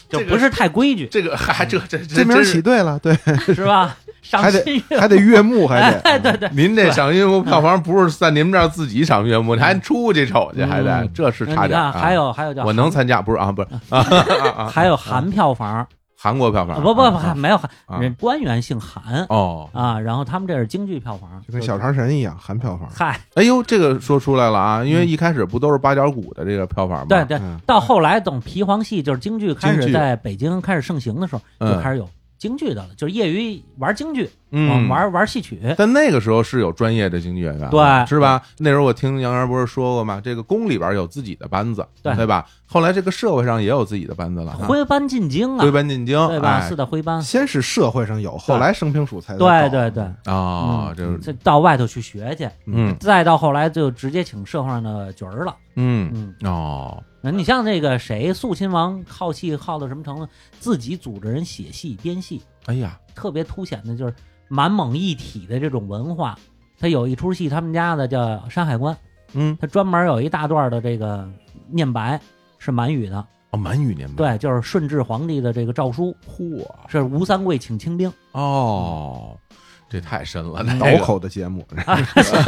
B: 就
A: 这个
B: 不是太规矩，
A: 这个还这这
C: 这名儿起对了， 对，
B: 是 吧？赏心悦
C: 还得悦目，还得
B: 哎，对对，
A: 您这赏月幕票房不是在您们这儿自己赏月幕，你还出去瞅去，
B: 嗯
A: 还得这是
B: 你
A: 差点
B: 看
A: 啊。
B: 还有还有叫
A: 我能参加不是啊？不是啊啊啊啊，
B: 还有韩票房，
A: 韩国票
B: 啊
A: 房
B: 不不
A: 啊
B: 不，
A: 啊
B: 没有韩，
A: 啊
B: 人官员姓韩
A: 哦，
B: 啊，然后他们这是京剧票房，
C: 就跟小长神一样，含票房。
B: 嗨，
A: 哎呦，这个说出来了啊，因为一开始不都是八角鼓的这个票房吗？
B: 嗯对对。
C: 嗯，
B: 到后来，等皮黄戏就是京剧开
A: 京
B: 始
A: 剧
B: 在北京开始盛行的时候，
A: 嗯
B: 就开始有京剧的了，就是业余玩京剧，
A: 嗯，
B: 玩玩戏曲，
A: 但那个时候是有专业的京剧演员的，
B: 对
A: 啊是吧？那时候我听杨元不是说过嘛，这个宫里边有自己的班子，对
B: 对
A: 吧？后来这个社会上也有自己的班子了，哈
B: 徽班进京啊
A: 徽，班进京，
B: 对吧？
A: 哎
B: 是的，徽班，
C: 先是社会上有，后来生平署才
B: 嗯对
C: 搞
B: 对对，
A: 啊，
B: 嗯
A: 这是
B: 这到外头去学去，
A: 嗯
B: 再到后来就直接请社会上的角儿了。
A: 嗯
B: 嗯，
A: 哦，
B: 那你像那个谁，肃亲王好戏好到什么程度？自己组织人写戏编戏，
A: 哎呀，
B: 特别凸显的就是满蒙一体的这种文化。他有一出戏，他们家的叫《山海关》，
A: 嗯，
B: 他专门有一大段的这个念白是满语的，
A: 哦，满语年代，
B: 对，就是顺治皇帝的这个诏书，
A: 嚯，
B: 是吴三桂请清兵，
A: 哦。这太深
B: 嗯
A: 了，那
C: 倒口的节目，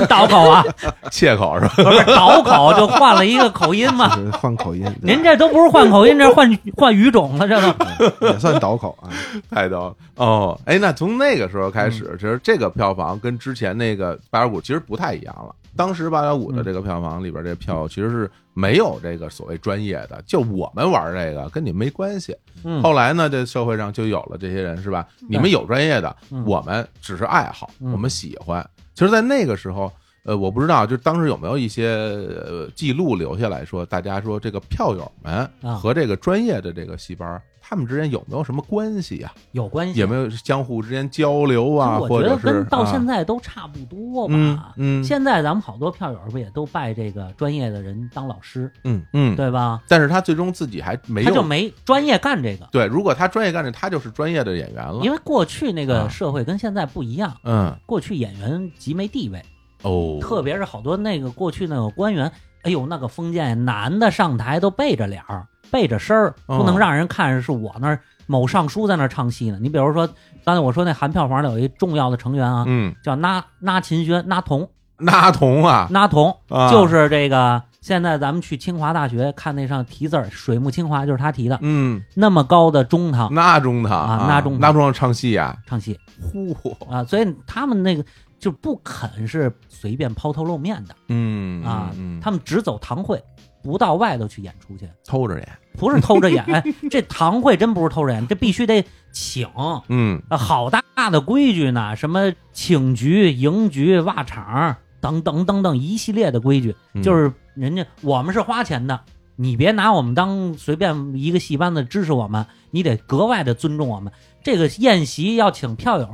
B: 倒口啊，
A: 切口是吧？
B: 不是倒口就换了一个口音嘛。
C: 就是换口音。对
B: 您这都不是换口音，这换换语种了，这都。
C: 也算倒口啊，
A: 太逗了哦！哎，那从那个时候开
B: 嗯
A: 始，其实这个票房跟之前那个八幺五其实不太一样了。当时八幺五的这个票房里边，这票其实是没有这个所谓专业的，就我们玩这个跟你没关系。
B: 嗯，
A: 后来呢，这社会上就有了这些人，是吧？你们有专业的，
B: 嗯
A: 我们只是爱好，
B: 嗯
A: 我们喜欢。其实，在那个时候，呃，我不知道，就当时有没有一些呃记录留下来说，大家说这个票友们
B: 啊
A: 和这个专业的这个戏班儿，他们之间有没有什么关系啊？
B: 有关系，
A: 也没有相互之间交流啊，
B: 嗯我
A: 或
B: 觉得
A: 者是
B: 跟到现
A: 在
B: 在都差不多吧。
A: 嗯嗯
B: 现在咱们好多票友不也都拜这个专业的人当老师，
A: 嗯嗯，哎
B: 对吧？
A: 但是他最终自己还没
B: 他
A: 有
B: 就没专业干这个，
A: 对，如果他专业干这，他就是专业的演员了
B: 因。为过去那
A: 啊
B: 个社会跟现在不一样，
A: 嗯
B: 过去演员极没地位，
A: 哦，
B: 特别是好多那个过去那个官员，哎呦那个封建，男的上台都背着脸儿，背着身儿，
A: 哦
B: 不能让人看是我那儿某尚书在那儿唱戏呢。你比如说刚才我说那韩票房里有一重要的成员啊，
A: 嗯，
B: 叫那那秦轩，那童。
A: 那童啊，
B: 那童
A: 啊
B: 就是这个，现在咱们去清华大学看那上题字儿，水木清华就是他题的，
A: 嗯，
B: 那么高的中堂
A: 那中堂
B: 啊那中堂
A: 那中堂唱戏啊，
B: 唱戏
A: 呼，
B: 啊，所以他们那个就不肯是随便抛头露面的
A: 嗯
B: 啊
A: 嗯，嗯嗯
B: 他们只走堂会，不到外头去演出去，
A: 偷着演，
B: 不是偷着 演，哎这堂会真不是偷着演，这必须得请。
A: 嗯，
B: 啊，好大的规矩呢，什么请局、迎局、袜场等等等等一系列的规矩，
A: 嗯
B: 就是人家我们是花钱的，你别拿我们当随便一个戏班子支持我们，你得格外的尊重我们。这个宴席要请票友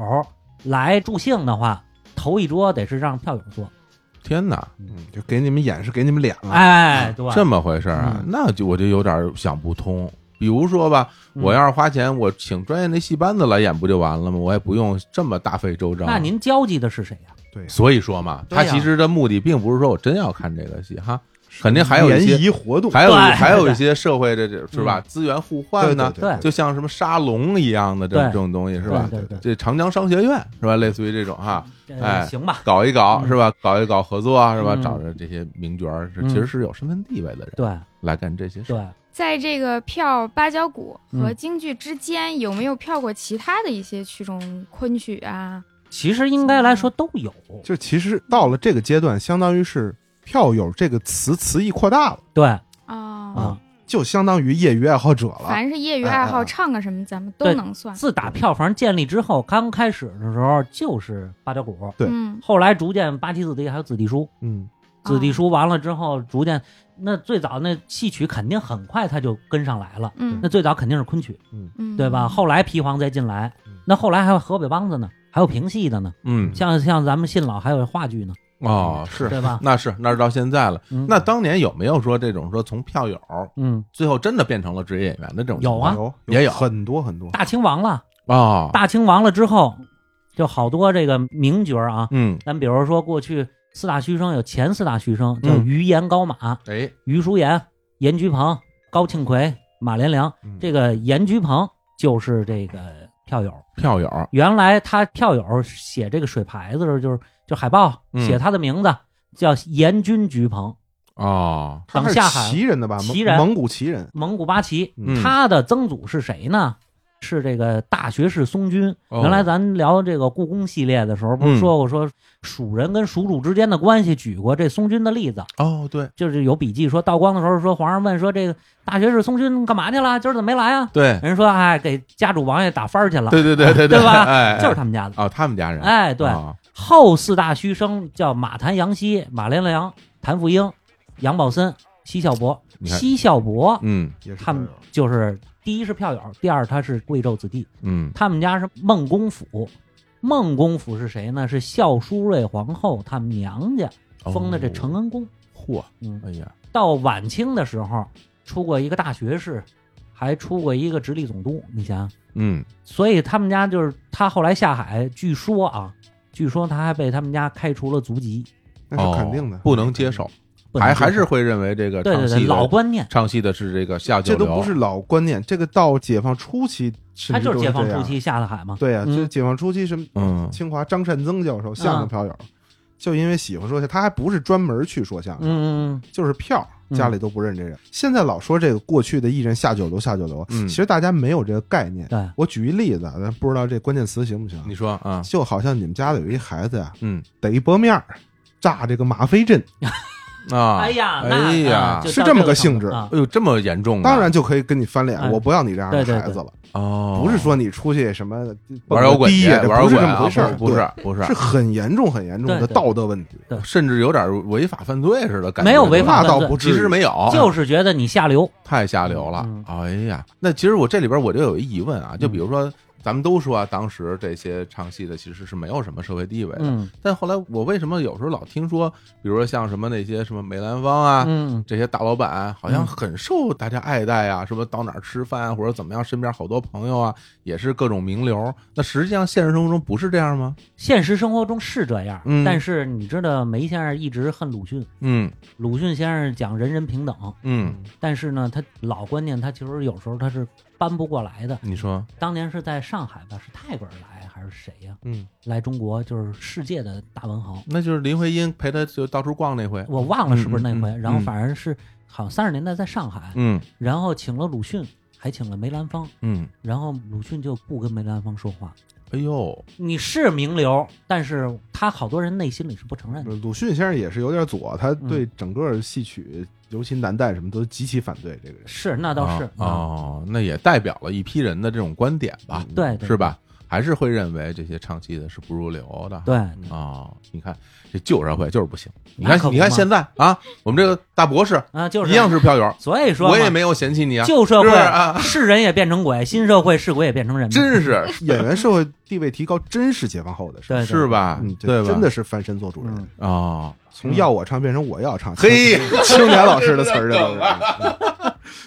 B: 来助兴的话，头一桌得是让票友坐。
A: 天哪，
C: 嗯就给你们演示，给你们脸了。
B: 哎，对，
A: 啊这么回事儿啊
B: 嗯？
A: 那就我就有点想不通。比如说吧，
B: 嗯
A: 我要是花钱，我请专业那戏班子来演不就完了吗？我也不用这么大费周章。
B: 那您交际的是谁呀、
C: 对，
A: 所以说嘛，
B: 对啊
A: 他
B: 呀
A: 其实的目的并不是说我真要看这个戏哈，肯定还有一些
C: 联谊活动，
A: 还有
B: 对嗯
A: 还有一些社会的这是吧资源互换
C: 对
A: 呢，
C: 对
A: 就像什么沙龙一样的这
B: 对
A: 这种东西是吧？
B: 对对
A: 这长江商学院是吧？类似于这种哈，
B: 这
A: 哎
B: 呃行吧？
A: 搞一搞
B: 嗯
A: 是吧？搞一搞合作啊是吧？
B: 嗯
A: 找着这些名角儿，是
B: 嗯
A: 其实是有身份地位的人
B: 对
A: 来干这些事。
B: 对，
D: 在这个票芭蕉鼓和
B: 嗯
D: 京剧之间，有没有票过其他的一些曲种昆曲啊？
B: 其实应该来说都有，
C: 就其实到了这个阶段，相当于是票友这个词词义扩大了，
B: 对
D: 啊、
B: 啊。
C: 就相当于业余爱好者了。
D: 凡是业余
C: 哎哎
D: 爱
C: 哎
D: 好，唱个什么咱们都
B: 对
D: 能算。
B: 自打票房建立之后，刚开始的时候就是芭蕉鼓，
C: 对
D: 嗯，
B: 后来逐渐八旗子弟还有子弟书，
C: 嗯，
B: 子弟书完了之后，逐渐那最早那戏曲肯定很快它就跟上来了，
D: 嗯
B: 那最早肯定是昆曲，
D: 嗯，
B: 对吧？后来皮黄再进来，那后来还有河北梆子呢，还有评戏的呢，
A: 嗯，
B: 像像咱们信老还有话剧呢，
A: 哦，是，
B: 对 吧？
A: 那是那是到现在了。
B: 嗯
A: 那当年有没有说这种说从票友
B: 嗯，
A: 最后真的变成了职业演员的这种情
B: 有
A: 况？
B: 啊
C: 有
A: 也有
C: 很多很多，
B: 大清亡了，
A: 哦，
B: 啊大清亡了之后，就好多这个名角儿啊，
A: 嗯，
B: 咱比如说过去四大须生有前四大须生叫
A: 嗯
B: 于岩、高马。
A: 哎，
B: 于淑妍、严菊鹏、高庆奎、马连良。
C: 嗯
B: 这个严菊鹏就是这个票友，
A: 票友，
B: 原来他票友写这个水牌子的时候，就是就海报
A: 嗯
B: 写他的名字、叫严君菊鹏，
A: 哦，
C: 他
B: 等
C: 是
B: 下海
C: 旗人的吧？
B: 旗
C: 蒙
B: 人
C: 蒙古旗人，
B: 蒙古八旗。
A: 嗯
B: 他的曾祖是谁呢？是这个大学士松君。
A: 哦
B: 原来咱聊这个故宫系列的时候，不
A: 嗯
B: 是说过说蜀人跟蜀主之间的关系，举过这松君的例子。
A: 哦，对
B: 就是有笔记说，道光的时候说，皇上问说这个大学士松君干嘛去了？今儿怎么没来啊？
A: 对
B: 人说哎，给家主王爷打幡儿去了，
A: 对对对对
B: 对吧
A: 哎，
B: 就是他们家的。
A: 哦，他们家人，
B: 哎，对，
A: 哦
B: 后四大须生叫马谭杨希、马连良、谭富英、杨宝森、奚孝伯。
A: 你看
B: 奚孝伯
A: 嗯
C: 也是
B: 他们就是第一是票友，第二他是贵胄子弟，
A: 嗯
B: 他们家是孟公府。孟公府是谁呢？是孝淑瑞皇后他们娘家
A: 哦
B: 封的这承恩宫。
A: 嚯，
B: 嗯，
A: 哎呀，
B: 到晚清的时候，出过一个大学士，还出过一个直隶总督，你想想。
A: 嗯
B: 所以他们家就是他后来下海，据说啊，据说他还被他们家开除了族籍，
C: 那
A: 哦
C: 是肯定的，
A: 不能接受，
B: 不
A: 还
B: 能接受
A: 还是会认为这个
B: 对对
A: 唱
B: 对
A: 戏
B: 老
A: 呃的
B: 观念，
A: 唱戏的是这个下九
C: 这
A: 流，
C: 都不是老观念，这个到解放初期，
B: 他就是解放初
C: 期，
B: 期下的海嘛。
C: 对呀、
B: 嗯
C: 就解放初期什么，
A: 嗯
C: 清华张善增教授相声票友，就因为喜欢说相声，他还不是专门去说相声，
B: 嗯嗯
C: 就是票，
B: 嗯
C: 家里都不认这人。现在老说这个过去的艺人下九流下九流，
A: 嗯
C: 其实大家没有这个概念。
B: 对
C: 我举一例子啊，咱不知道这关键词行不行啊？
A: 你说啊，
C: 就好像你们家里有一孩子呀、
A: 嗯
C: 逮一波面儿，炸这个吗啡阵，
B: 嗯，
A: 啊，
B: 哎呀，那
A: 哎呀
B: 啊，就到
C: 是这么个
B: 程
C: 性
B: 度
C: 质
B: 啊
A: 哎呦，这么严重啊，
C: 当然就可以跟你翻脸，
B: 哎
C: 我不要你这样的
B: 对对对
C: 孩子了。
A: 哦，
C: 不是说你出去什么
A: 玩摇滚
C: 低
A: 去，
C: 呀，这
A: 玩摇
C: 不是
A: 滚
C: 这
A: 啊
C: 么回事儿，
A: 不不
C: 对
A: 是不是啊
C: 是，很严重、很严重
B: 对
C: 的
B: 对
C: 道德问题。
A: 甚至有点违法犯罪似的感觉，
B: 没有违法犯
C: 那
B: 罪
C: 倒不至
A: 其
C: 于，
A: 实没有，
B: 啊就是觉得你下流，
A: 太下流了
B: 嗯。
A: 哎呀，那其实我这里边我就有一疑问啊，就比如说。咱们都说啊，当时这些唱戏的其实是没有什么社会地位的，
B: 嗯
A: 但后来我为什么有时候老听说，比如说像什么那些什么梅兰芳啊，
B: 嗯，
A: 这些大老板好像
B: 嗯
A: 很受大家爱戴啊，什么到哪儿吃饭啊，或者怎么样，身边好多朋友啊，也是各种名流。那实际上现实生活中不是这样吗？
B: 现实生活中是这样，
A: 嗯
B: 但是你知道梅先生一直恨鲁迅，
A: 嗯
B: 鲁迅先生讲人人平等，
A: 嗯，
B: 但是呢，他老观念他其实有时候他是搬不过来的。
A: 你说，
B: 当年是在上海吧，是泰国人来还是谁呀、
A: 嗯，
B: 来中国就是世界的大文豪，
A: 那就是林徽因陪他就到处逛那回，
B: 我忘了是不是那
A: 嗯嗯
B: 回。
A: 嗯
B: 然后反正是好像三十年代在上海，
A: 嗯
B: 然后请了鲁迅，还请了梅兰芳，
A: 嗯，
B: 然后鲁迅就不跟梅兰芳说话。
A: 哎呦，
B: 你是名流，但是他好多人内心里是不承认的。
C: 鲁迅先生也是有点左，他
B: 嗯
C: 对整个戏曲，尤其南代什么，都极其反对这个人。
B: 是，那倒是
A: 啊
B: 嗯
A: 哦，那也代表了一批人的这种观点吧，
B: 嗯
C: 嗯
B: 对对
A: 是吧？还是会认为这些唱戏的是不入流的，
B: 对，
A: 哦，你看这旧社会就是不行，你
B: 那
A: 看
B: 可不
A: 你看
B: 嘛
A: 现在啊，我们这个大博士
B: 啊，就是
A: 一样。是票友，
B: 所以说嘛，
A: 我也没有嫌弃你啊，
B: 旧社
A: 是
B: 会
A: 不是啊，
B: 是人也变成鬼，新社会是鬼也变成人嘛。
A: 真是
C: 演员社会地位提高，真是解放后的事。
B: 对
A: 是？吧
C: 嗯，？
A: 对
C: 这
A: 吧？
C: 真的是翻身做主人，
B: 嗯
A: 哦，
C: 从要我唱变成我要唱。
A: 嘿，
C: 青年老师 的词儿这
A: 这
C: 都是嗯
A: 梗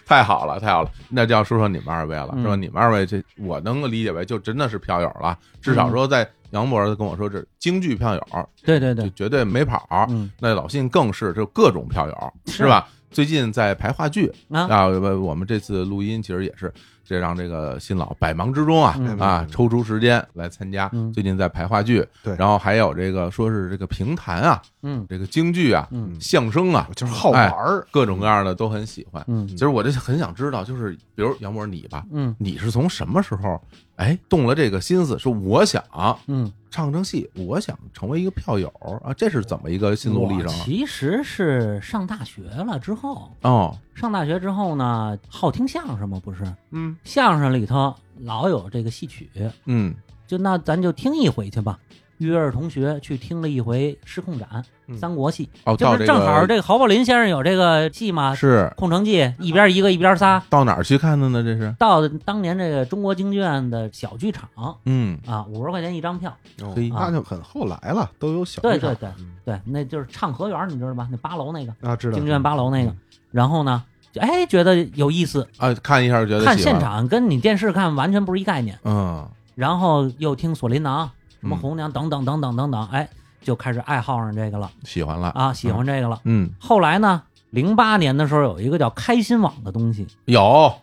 A: 太好了，太好了，那就要说说你们二位了，
B: 嗯
A: 是吧？你们二位这我能够理解为就真的是票友了，至
B: 嗯
A: 少说在杨博士跟我说这京剧票友，
B: 对对
A: 就
B: 对，
A: 绝对没跑。
B: 嗯
A: 那老信更是就各种票友，是吧？最近在排话剧
B: 啊
A: 啊，我我们这次录音其实也是这让这个新老百忙之中啊
B: 嗯
A: 啊抽出时间来参加。
B: 嗯
A: 最近在排话剧，
C: 对
A: 然后还有这个说是这个评弹啊，
B: 嗯
A: 这个京剧啊，
B: 嗯
A: 相声啊，
C: 就是好玩儿。
A: 各种各样的都很喜欢。
B: 嗯
A: 其实我这很想知道，就是比如杨博你吧，
B: 嗯
A: 你是从什么时候哎动了这个心思，说我想
B: 嗯，
A: 唱成戏，我想成为一个票友啊，这是怎么一个心路历程
B: 我
A: 啊？
B: 其实是上大学了之后，
A: 哦，
B: 上大学之后呢，好听相声嘛，不是？
A: 嗯
B: 相声里头老有这个戏曲，
A: 嗯
B: 就那咱就听一回去吧。约着同学去听了一回《失控斩》
A: 嗯
B: 三国戏，
A: 哦，
B: 这
A: 到
B: 不
A: 这
B: 是正好
A: 这
B: 这个侯宝林先生有这个戏吗？
A: 是
B: 《空城计》，一边一个一边仨。
A: 到哪儿去看的呢？这是
B: 到当年这个中国京剧院的小剧场
A: 嗯
B: 啊，五十块钱一张票。
C: 哦
A: 嘿
C: 那就很后来了，都有小
B: 对
C: 剧场
B: 对对对，那就是唱和园，你知道吧？那八楼那个
C: 啊，知道
B: 京剧院八楼
A: 嗯
B: 那个。然后呢，就哎，觉得有意思，
A: 啊，看一下觉得
B: 看
A: 喜欢
B: 现，场跟你电视看完全不是一概念。
A: 嗯
B: 然后又听锁麟囊、什么
A: 嗯
B: 红娘等等等等等等，哎，就开始爱好上这个了
A: 喜欢了，
B: 啊，喜欢这个了。
A: 嗯
B: 后来呢，零八年的时候有一个叫开心网的东西，
A: 有，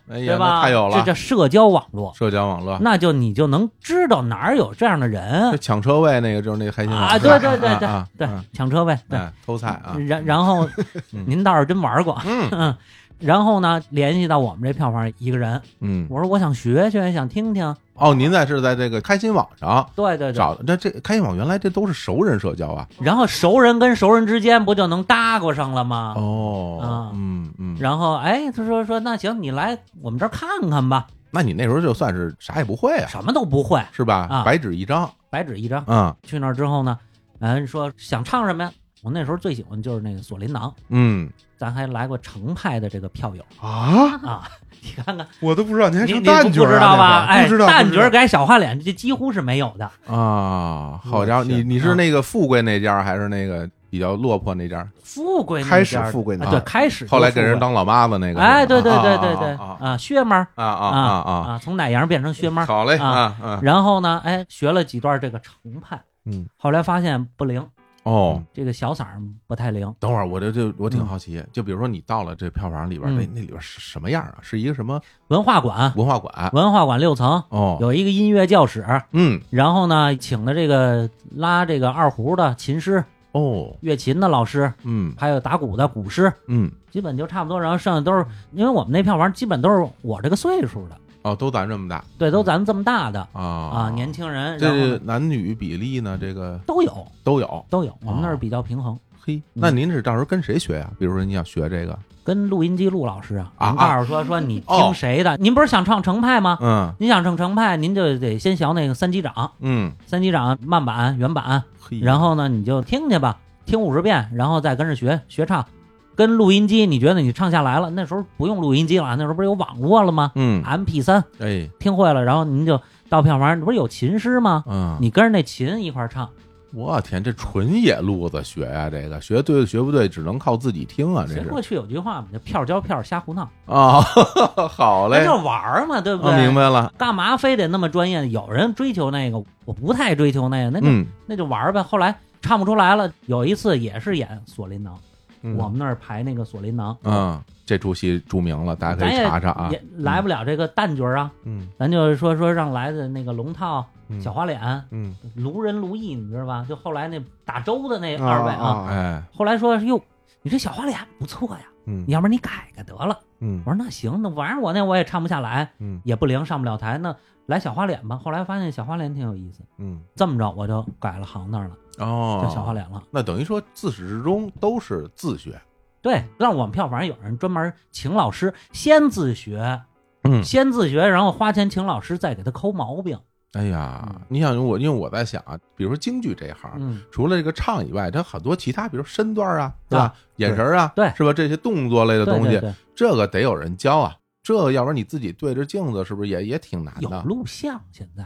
A: 哎呀
B: 对，吧？
A: 那太有
B: 这
A: 了，啊
B: 叫社交网络，
A: 社交网络，
B: 那就你就能知道哪儿有这样的
A: 就
B: 人
A: 抢车位那个就是那个开心网
B: 啊，对对对对
A: 啊啊
B: 对
A: 啊，
B: 抢车位，对，嗯
A: 哎偷菜啊，
B: 然然后
A: 嗯
B: 您倒是真玩过，
A: 嗯
B: 嗯，然后呢，联系到我们这票房一个人，
A: 嗯，
B: 我说我想学学，想听听。
A: 哦，您在是在这个开心网上
B: 对对对。
A: 找的，这这开心网原来这都是熟人社交啊。
B: 然后熟人跟熟人之间不就能搭过上了吗？
A: 哦
B: 啊，
A: 嗯嗯，
B: 然后哎，他说说那行，你来我们这儿看看吧，
A: 那你那时候就算是啥也不会啊，
B: 什么都不会，
A: 是吧？
B: 啊
A: 白纸一张，
B: 白纸一张。
A: 嗯
B: 去那儿之后呢，人说想唱什么呀？我那时候最喜欢就是那个《锁麟囊》，
A: 嗯，
B: 咱还来过程派的这个票友
C: 啊，
B: 啊，你看看，
C: 我都不知道你还
B: 你
C: 是
B: 你
C: 旦
B: 不
C: 角
B: 不知
C: 儿啊
B: 道吧？
C: 那会儿
B: 哎，
C: 不知道
B: 旦
C: 不知
B: 角
C: 道
B: 儿改小花脸，这几乎是没有的。
A: 啊，好家伙，
C: 我的
A: 你
C: 天
A: 你是那个富贵那家，还是那个比较落魄那家？
B: 富贵那
C: 开始
B: 边儿
C: 富贵那
B: 啊
C: 边
B: 对，
C: 儿
B: 开始
A: 后来给
B: 就是
A: 人
B: 富贵
A: 当老妈子那个？
B: 哎，对对
A: 啊
B: 对对对
A: 啊啊
B: 啊，薛妈儿
A: 啊啊啊！
B: 啊，从奶羊变成薛妈儿，
A: 好嘞
B: 啊
A: 啊啊！
B: 然后呢，哎，学了几段这个程派，
C: 嗯，
B: 后来发现不灵，
A: 哦，
B: 这个小嗓儿不太灵，
A: 等会儿我这就我挺好奇，就比如说你到了这票房里边，
B: 嗯
A: 那那里边是什么样啊？是一个什么
B: 文化馆
A: 文化馆？
B: 文化馆六层
A: 啊哦，
B: 有一个音乐教室，
A: 嗯，
B: 然后呢，请的这个拉这个二胡的琴师、
A: 哦，
B: 乐琴的老师，
A: 嗯
B: 还有打鼓的鼓师，
A: 嗯，
B: 基本就差不多。然后剩下都是因为我们那票房基本都是我这个岁数的，
A: 哦，都咱这么大
B: 对，都咱这么大的
A: 啊
B: 啊，
A: 啊
B: 年轻人，然后
A: 这
B: 呢
A: 男女比例呢？这个
B: 都有
A: 都有。
B: 都有，我们那儿比较平衡。
A: 嘿，那您是到时候跟谁学呀、比如说你想学这个，
B: 跟录音机录老师啊，
A: 啊
B: 您告诉说说你
A: 哦
B: 听谁的？您不是想唱程派吗？
A: 嗯
B: 您想唱程派，您就得先学那个三级掌，
A: 嗯，
B: 三级掌慢板、原版，
A: 嘿，
B: 然后呢你就听去吧，听五十遍，然后再跟着学学唱。跟录音机，你觉得你唱下来了？那时候不用录音机了，那时候不是有网络了吗
A: 嗯，
B: ？MP 三
A: 哎，
B: 听会了，然后您就到票房，不是有琴师吗？
A: 嗯，
B: 你跟着那琴一块儿唱，
A: 啊我天，这纯野路子学呀、这个学对学不对，只能靠自己听啊，这
B: 谁
A: 是
B: 过去有句话嘛，叫票交票，瞎胡闹，
A: 啊、 好
B: 那
A: 嘞，
B: 就是玩儿嘛，对不对？
A: 啊明白了，
B: 干嘛非得那么专业？有人追求那个，我不太追求那个，那就、
A: 嗯，
B: 那就玩儿呗。后来唱不出来了，有一次也是演《锁麟囊》
A: 嗯
B: 我们那儿排那个《锁麟囊》，
A: 嗯，这出戏著名了，大家可
B: 咱
A: 以
B: 也
A: 查查啊，
B: 也来不了这个旦角儿啊，
A: 嗯
B: 咱就是说说让来的那个龙套、
A: 嗯
B: 小花脸、
A: 嗯，
B: 卢人卢毅，你知道吧？就后来那打周的那
C: 啊
B: 二位
C: 啊
A: 哎，
B: 后来说哟，你这小花脸不错呀，
A: 嗯
B: 你要不然你改改得了。
A: 嗯
B: 我说那行，那玩意儿我那我也唱不下来，
A: 嗯
B: 也不灵，上不了台，那来小花脸吧。后来发现小花脸挺有意思，
A: 嗯，
B: 这么着我就改了行当了，
A: 哦
B: 叫，小花脸了。
A: 那等于说自始至终都是自学，
B: 对，让我们票房有人专门请老师先自学，
A: 嗯
B: 先自学，然后花钱请老师再给他抠毛病。
A: 哎呀
B: 嗯，
A: 你想我，因为我在想啊，比如说京剧这一行，
B: 嗯，
A: 除了这个唱以外，它很多其他，比如身段啊，对吧
B: 啊？
A: 眼神啊，
B: 对
A: 是吧？这些动作类的
B: 对
A: 东
B: 对
A: 西，
B: 对，
A: 这个得有人教啊。这要不然你自己对着镜子，是不是也也挺难
B: 有
A: 的？
B: 录像现在。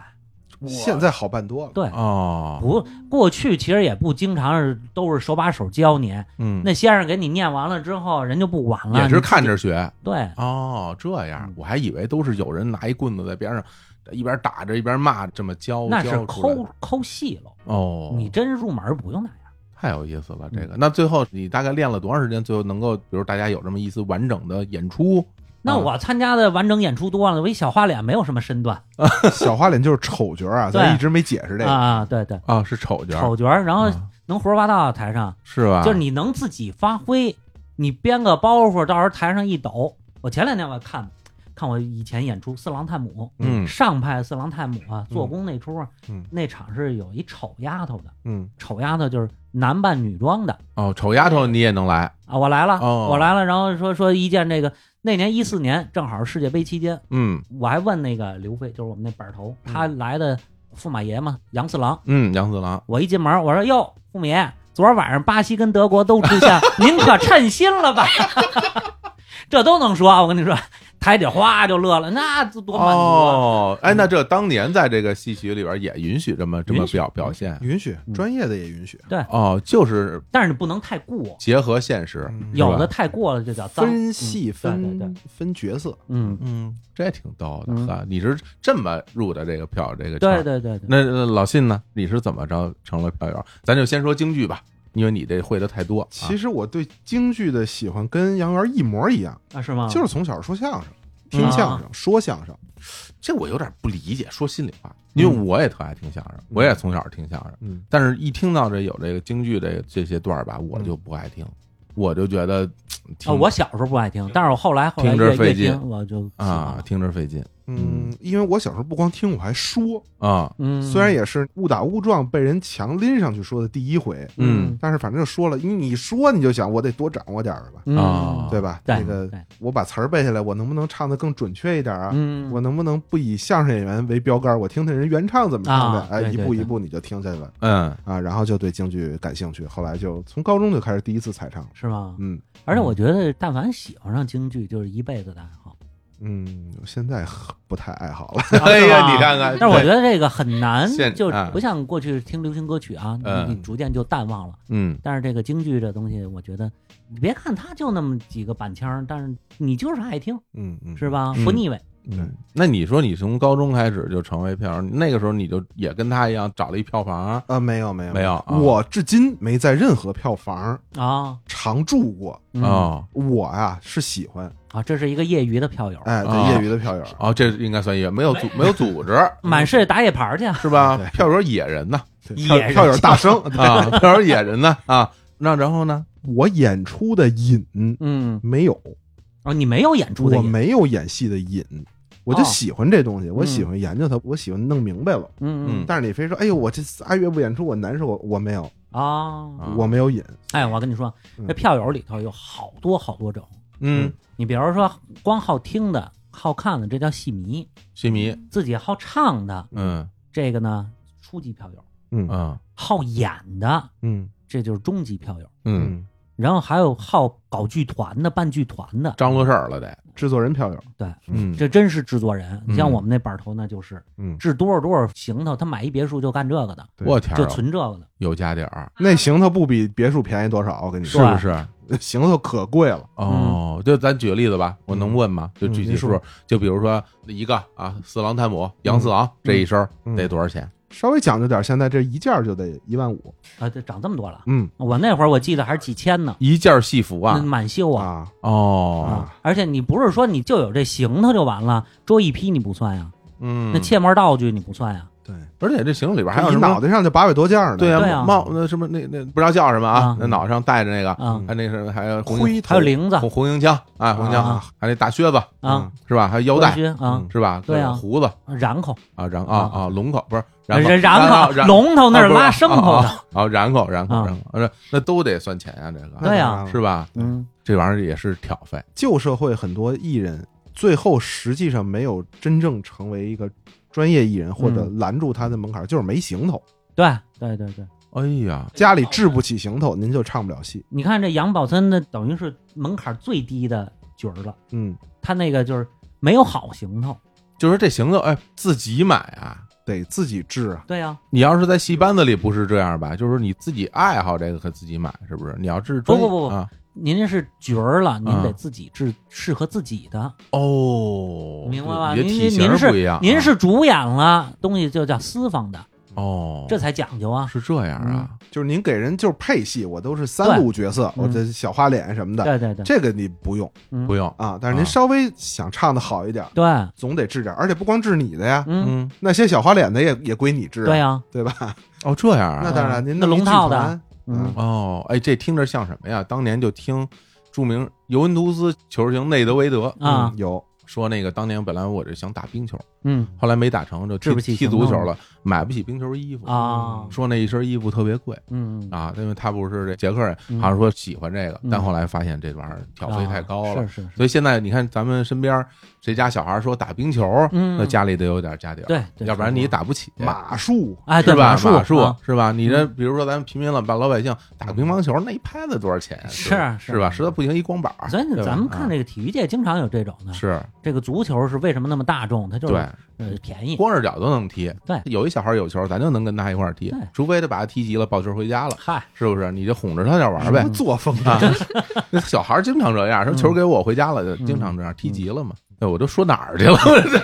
C: 现在好办多了。
B: 对，
A: 哦，
B: 不，过去其实也不经常是都是手把手教你，
A: 嗯，
B: 那先生给你念完了之后，人就不管了。
A: 也是
B: 你
A: 看着学
B: 对，
A: 哦，这样
B: 嗯
A: 我还以为都是有人拿一棍子在边上一边打着一边骂，这么教
B: 那是
A: 教出来
B: 抠抠细了。
A: 哦，
B: 你嗯真入门不用那样，
A: 太有意思了这个。那最后你大概练了多长时间？最后能够，比如大家有这么一次完整的演出？
B: 那
A: 啊
B: 我参加的完整演出多了，我一小花脸没有什么身段
C: 小花脸就是丑角啊，
B: 对
C: 咱一直没解释这个。
B: 啊，对对，
A: 啊，是丑角，
B: 丑角儿，然后
A: 啊
B: 能胡说八道，台上
A: 是吧？
B: 就是你能自己发挥，你编个包袱，到时候台上一抖。我前两天我看看我以前演出《四郎探母》，
A: 嗯
B: 上派四郎探母啊，做工那出啊，
C: 嗯
B: 那场是有一丑丫头的，
C: 嗯，
B: 丑丫头就是男扮女装的。
A: 哦，丑丫头你也能来，
B: 啊，我来了，
A: 哦
B: 我来了。然后说说一见这个那年一四年正好是世界杯期间，
A: 嗯
B: 我还问那个刘飞，就是我们那板头，他来的驸马爷嘛，杨四郎。
A: 嗯，杨四郎，
B: 我一进门，我说哟，驸马爷，昨儿晚上巴西跟德国都出现，您可称心了吧？ 这都能说，我跟你说，台底哗就乐了，那多满足啊！
A: 哦，哎，那这当年在这个戏曲里边也嗯允许这么这么
B: 允许
A: 表表现
C: 允许
B: 嗯
C: 专业的也允许。
A: 哦，就是
B: 但是你不能太过，
A: 结合现实，
C: 嗯
A: 是吧
B: 有的太过了就叫脏。
C: 分戏
B: 嗯对对
C: 分分角色，
B: 嗯，
A: 嗯，这挺逗的
B: 嗯
A: 哈。你是这么入的这个票这个圈
B: 对
A: 儿？
B: 对对对。
A: 那那老信呢？你是怎么着成了票友？咱就先说京剧吧，因为你这会的太多。啊
C: 其实我对京剧的喜欢跟杨元一模一样，
B: 啊，是啊吗？
C: 就是从小说相声、听相声、说相声。
A: 这我有点不理解，说心里话，因为我也特爱听相声，我也从小听相声，
C: 嗯，
A: 嗯但是一听到这有这个京剧这这些段儿吧，我就不爱听。我就觉得嗯
B: 啊，
A: 听
B: 我小时候不爱听，但是我后来后来
A: 听着
B: 越
A: 费
B: 越
A: 劲
B: 听我就喜欢
A: 啊
B: 了，
A: 听着费劲
C: 嗯，因为我小时候不光听，我还说，
A: 啊，
B: 嗯，
C: 虽然也是误打误撞被人强拎上去说的第一回，
A: 嗯
C: 但是反正就说了，因为你说你就想我得多掌握点儿吧，
B: 嗯
A: 啊
C: 对吧？
B: 对
C: 那个啊
B: 对
C: 我把词儿背下来，我能不能唱的更准确一点啊？
B: 嗯，
C: 我能不能不以相声演员为标杆，我听听人原唱怎么唱的？
B: 啊
C: 哎，
B: 对
C: 一
B: 对
C: 步
B: 对
C: 一步你就听下来了
A: 嗯
C: 啊，然后就对京剧感兴趣，后来就从高中就开始第一次彩唱。
B: 是吗？
C: 嗯
B: 而且我觉得，但凡喜欢上京剧，就是一辈子的爱好。
C: 嗯，我现在不太爱好了。
A: 哎
B: 是
A: 呀，
B: 吧
A: 你看看，
B: 但是我觉
A: 对
B: 得这个很难
A: 现，
B: 就
A: 啊
B: 不像过去听流行歌曲啊，
A: 嗯
B: 你你逐渐就淡忘了。
A: 嗯
B: 但是这个京剧这东西，我觉得你别看它就那么几个板腔，但是你就是爱听，
C: 嗯嗯，
B: 是？吧？
A: 嗯
B: 不腻味。
C: 对
A: 嗯，那你说你从高中开始就成为票房，那个时候你就也跟他一样找了一票房，
C: 啊，没有没有
A: 没有啊
C: 我至今没在任何票房
B: 啊
C: 常住过。
B: 嗯
A: 哦
C: 我啊是喜欢，
B: 啊，这是一个业余的票友，
C: 哎，
A: 啊
C: 对业余的票友，
A: 哦，这应该算也没有组没有组织
B: 满世界打野牌儿去，啊
A: 是吧
C: 对？
A: 票友野人呢
C: 对
B: 野
C: 票
B: 人
C: 票友大生。
A: 啊， 票友野人呢啊，那然后呢？
C: 我演出的瘾
B: 嗯，
C: 没有，
B: 哦，你没有演出的
C: 我
B: 瘾，
C: 没有演戏的瘾，我就
B: 哦
C: 喜欢这东西，我
B: 嗯
C: 喜欢研究它，我喜欢弄明白了。
B: 嗯
A: 嗯
C: 但是你非说，哎呦，我这仨月不演出我难受，我没有，
B: 嗯啊，
A: 啊
C: 我没有瘾。
B: 哎，我跟你说，这票友里头有好多好多种，
A: 嗯，
B: 你比如说光好听的、好看的，这叫戏迷；
A: 戏迷，
B: 自己好唱的，
A: 嗯
B: 这个呢初级票友；
C: 嗯
A: 啊
B: 好演的，
C: 嗯
B: 这就是中级票友。
A: 嗯，
C: 嗯，
B: 然后还有好搞剧团的、办剧团的，
A: 张罗事儿了得，
C: 制作人票友，
B: 对，
A: 嗯
B: 这真是制作人。
A: 嗯
B: 你像我们那板头呢，就是
C: 嗯，
B: 制多少多少行头，他买一别墅就干这个的，
C: 对
A: 我天
B: 就
A: 儿啊，
B: 存这个的。
A: 有家底儿，
C: 那行头不比别墅便宜多少，我跟你
A: 是
C: 说，
A: 不是？
C: 行头可贵了。
A: 哦，就咱举个例子吧，我能问吗？就
C: 嗯
A: 具体
C: 您说
A: 数，就比如说一个啊，四郎探母杨四郎这一身儿
C: 嗯
A: 得多少钱？
C: 稍微讲究点，现在这一件儿就得一万五。
B: 啊，这涨这么多了。
C: 嗯
B: 我那会儿我记得还是几千呢，
A: 一件戏服啊
B: 那，满绣啊
C: 啊，
A: 哦，
B: 啊！而且你不是说你就有这行头就完了，桌一批你不算呀，
A: 嗯，
B: 那切末道具你不算呀
C: 对，
A: 而且这行李里边还有
C: 一
A: 什
C: 脑
A: 么？
C: 袋上就八百多件呢。
A: 对
B: 对啊
A: 帽那什么那那不知道叫什么啊
B: 啊，
A: 那脑上戴着那个，
B: 啊
A: 还那是还有红缨
C: 灰
B: 还有铃子
A: 红红缨枪，哎，红缨枪
B: 啊，
A: 还有那大靴子
B: 啊，
A: 是吧？还有腰嗯
B: 冠
A: 带
B: 军啊，
A: 是吧？
B: 对啊
A: 胡子
B: 然后
A: 啊，然啊啊，龙口不是然后
B: 人然
A: 然
B: 后
A: 然
B: 龙头那
A: 啊
B: 儿
A: 不
B: 拉牲口的，
A: 啊啊啊，然后然后
B: 啊
A: 然后，呃那都得算钱啊，这个
B: 对呀
A: 是吧？
B: 嗯
A: 这玩意儿也是挑费，
C: 旧社会很多艺人最后实际上没有真正成为一个专业艺人，或者
A: 嗯
C: 拦住他的门槛就是没行头，
B: 对对对对，
A: 哎呀，
C: 家里置不起行头，您就唱不了戏。
B: 你看这杨宝森的等于是门槛最低的角儿了，
C: 嗯，
B: 他那个就是没有好行头，
A: 就是这行头，哎，自己买啊。
C: 得自己制啊。
B: 对呀，
A: 你要是在戏班子里不是这样吧？就是你自己爱好这个和自己买，是不是？你要是专
B: 不不不不
A: 啊
B: 您是角儿了，您
A: 啊
B: 得自己制适合自己的，
A: 哦，
B: 明白吧？
A: 你
B: 您
A: 这体型
B: 您
A: 不一
B: 是
A: 样，
B: 您
A: 啊
B: 是主演了，东西就叫私房的，
A: 哦，
B: 这才讲究啊。
A: 是这样啊？
C: 就是您给人就是配戏，我都是三路角色，
B: 对嗯
C: 我这小花脸什么的，
B: 对对对，
C: 这个你不用
B: 嗯
A: 不用，
C: 啊。但是
A: 啊
C: 您稍微想唱的好一点，
B: 对，
C: 总得治点，而且不光治你的呀，
B: 嗯，
A: 嗯，
C: 那些小花脸的也也归你治啊，
B: 对呀，
C: 对吧？
A: 哦，这样
C: 那
A: 啊？
C: 当然，您
B: 那
C: 弄一
B: 龙套的
C: 剧团，
B: 嗯
C: 嗯，
A: 哦，哎，这听着像什么呀？当年就听著名尤文图斯球星内德维德
B: 啊
C: 嗯，有
A: 说，那个当年本来我这想打冰球，
B: 嗯
A: 后来没打成，就
B: 治不
A: 踢
B: 起
A: 踢
B: 行
A: 足
B: 头
A: 球了，买不起冰球衣服
B: 啊
A: 说那一身衣服特别贵
B: 嗯
A: 啊，因为他不是这捷克人，
B: 嗯
A: 好像说喜欢这个，
B: 嗯
A: 但后来发现这玩意儿挑费太高了
B: 啊是，是是，
A: 所以现在你看咱们身边谁家小孩说打冰球，
B: 嗯
A: 那家里得有点家底儿，
B: 对对
A: 要不然你也打不起。
C: 马术，
B: 哎
A: 是
B: 对
A: 吧？
B: 马术啊
A: 是吧？你这比如说咱们平民老百老百姓打个乒乓球，那一拍子多少钱呀？
B: 是啊
A: 对吧
B: 是
A: 是吧？实在不行一光板儿。
B: 所以
A: 对吧
B: 咱们看
A: 啊
B: 这个体育界经常有这种的，
A: 是
B: 这个足球是为什么那么大众？它就是
A: 对，
B: 呃便 宜。
A: 光着脚都能踢。
B: 对
A: 有一小孩有球，咱就能跟他一块儿踢
B: 对，
A: 除非他把他踢急了，抱球回家了，
B: 嗨，
A: 是不是？你就哄着他点玩儿
C: 什么
A: 呗。
C: 作风啊？
A: 啊，
B: 嗯
A: 那小孩儿经常这样，说球给我回家了，就经常这样，踢急了嘛。哎，我都说哪儿去了？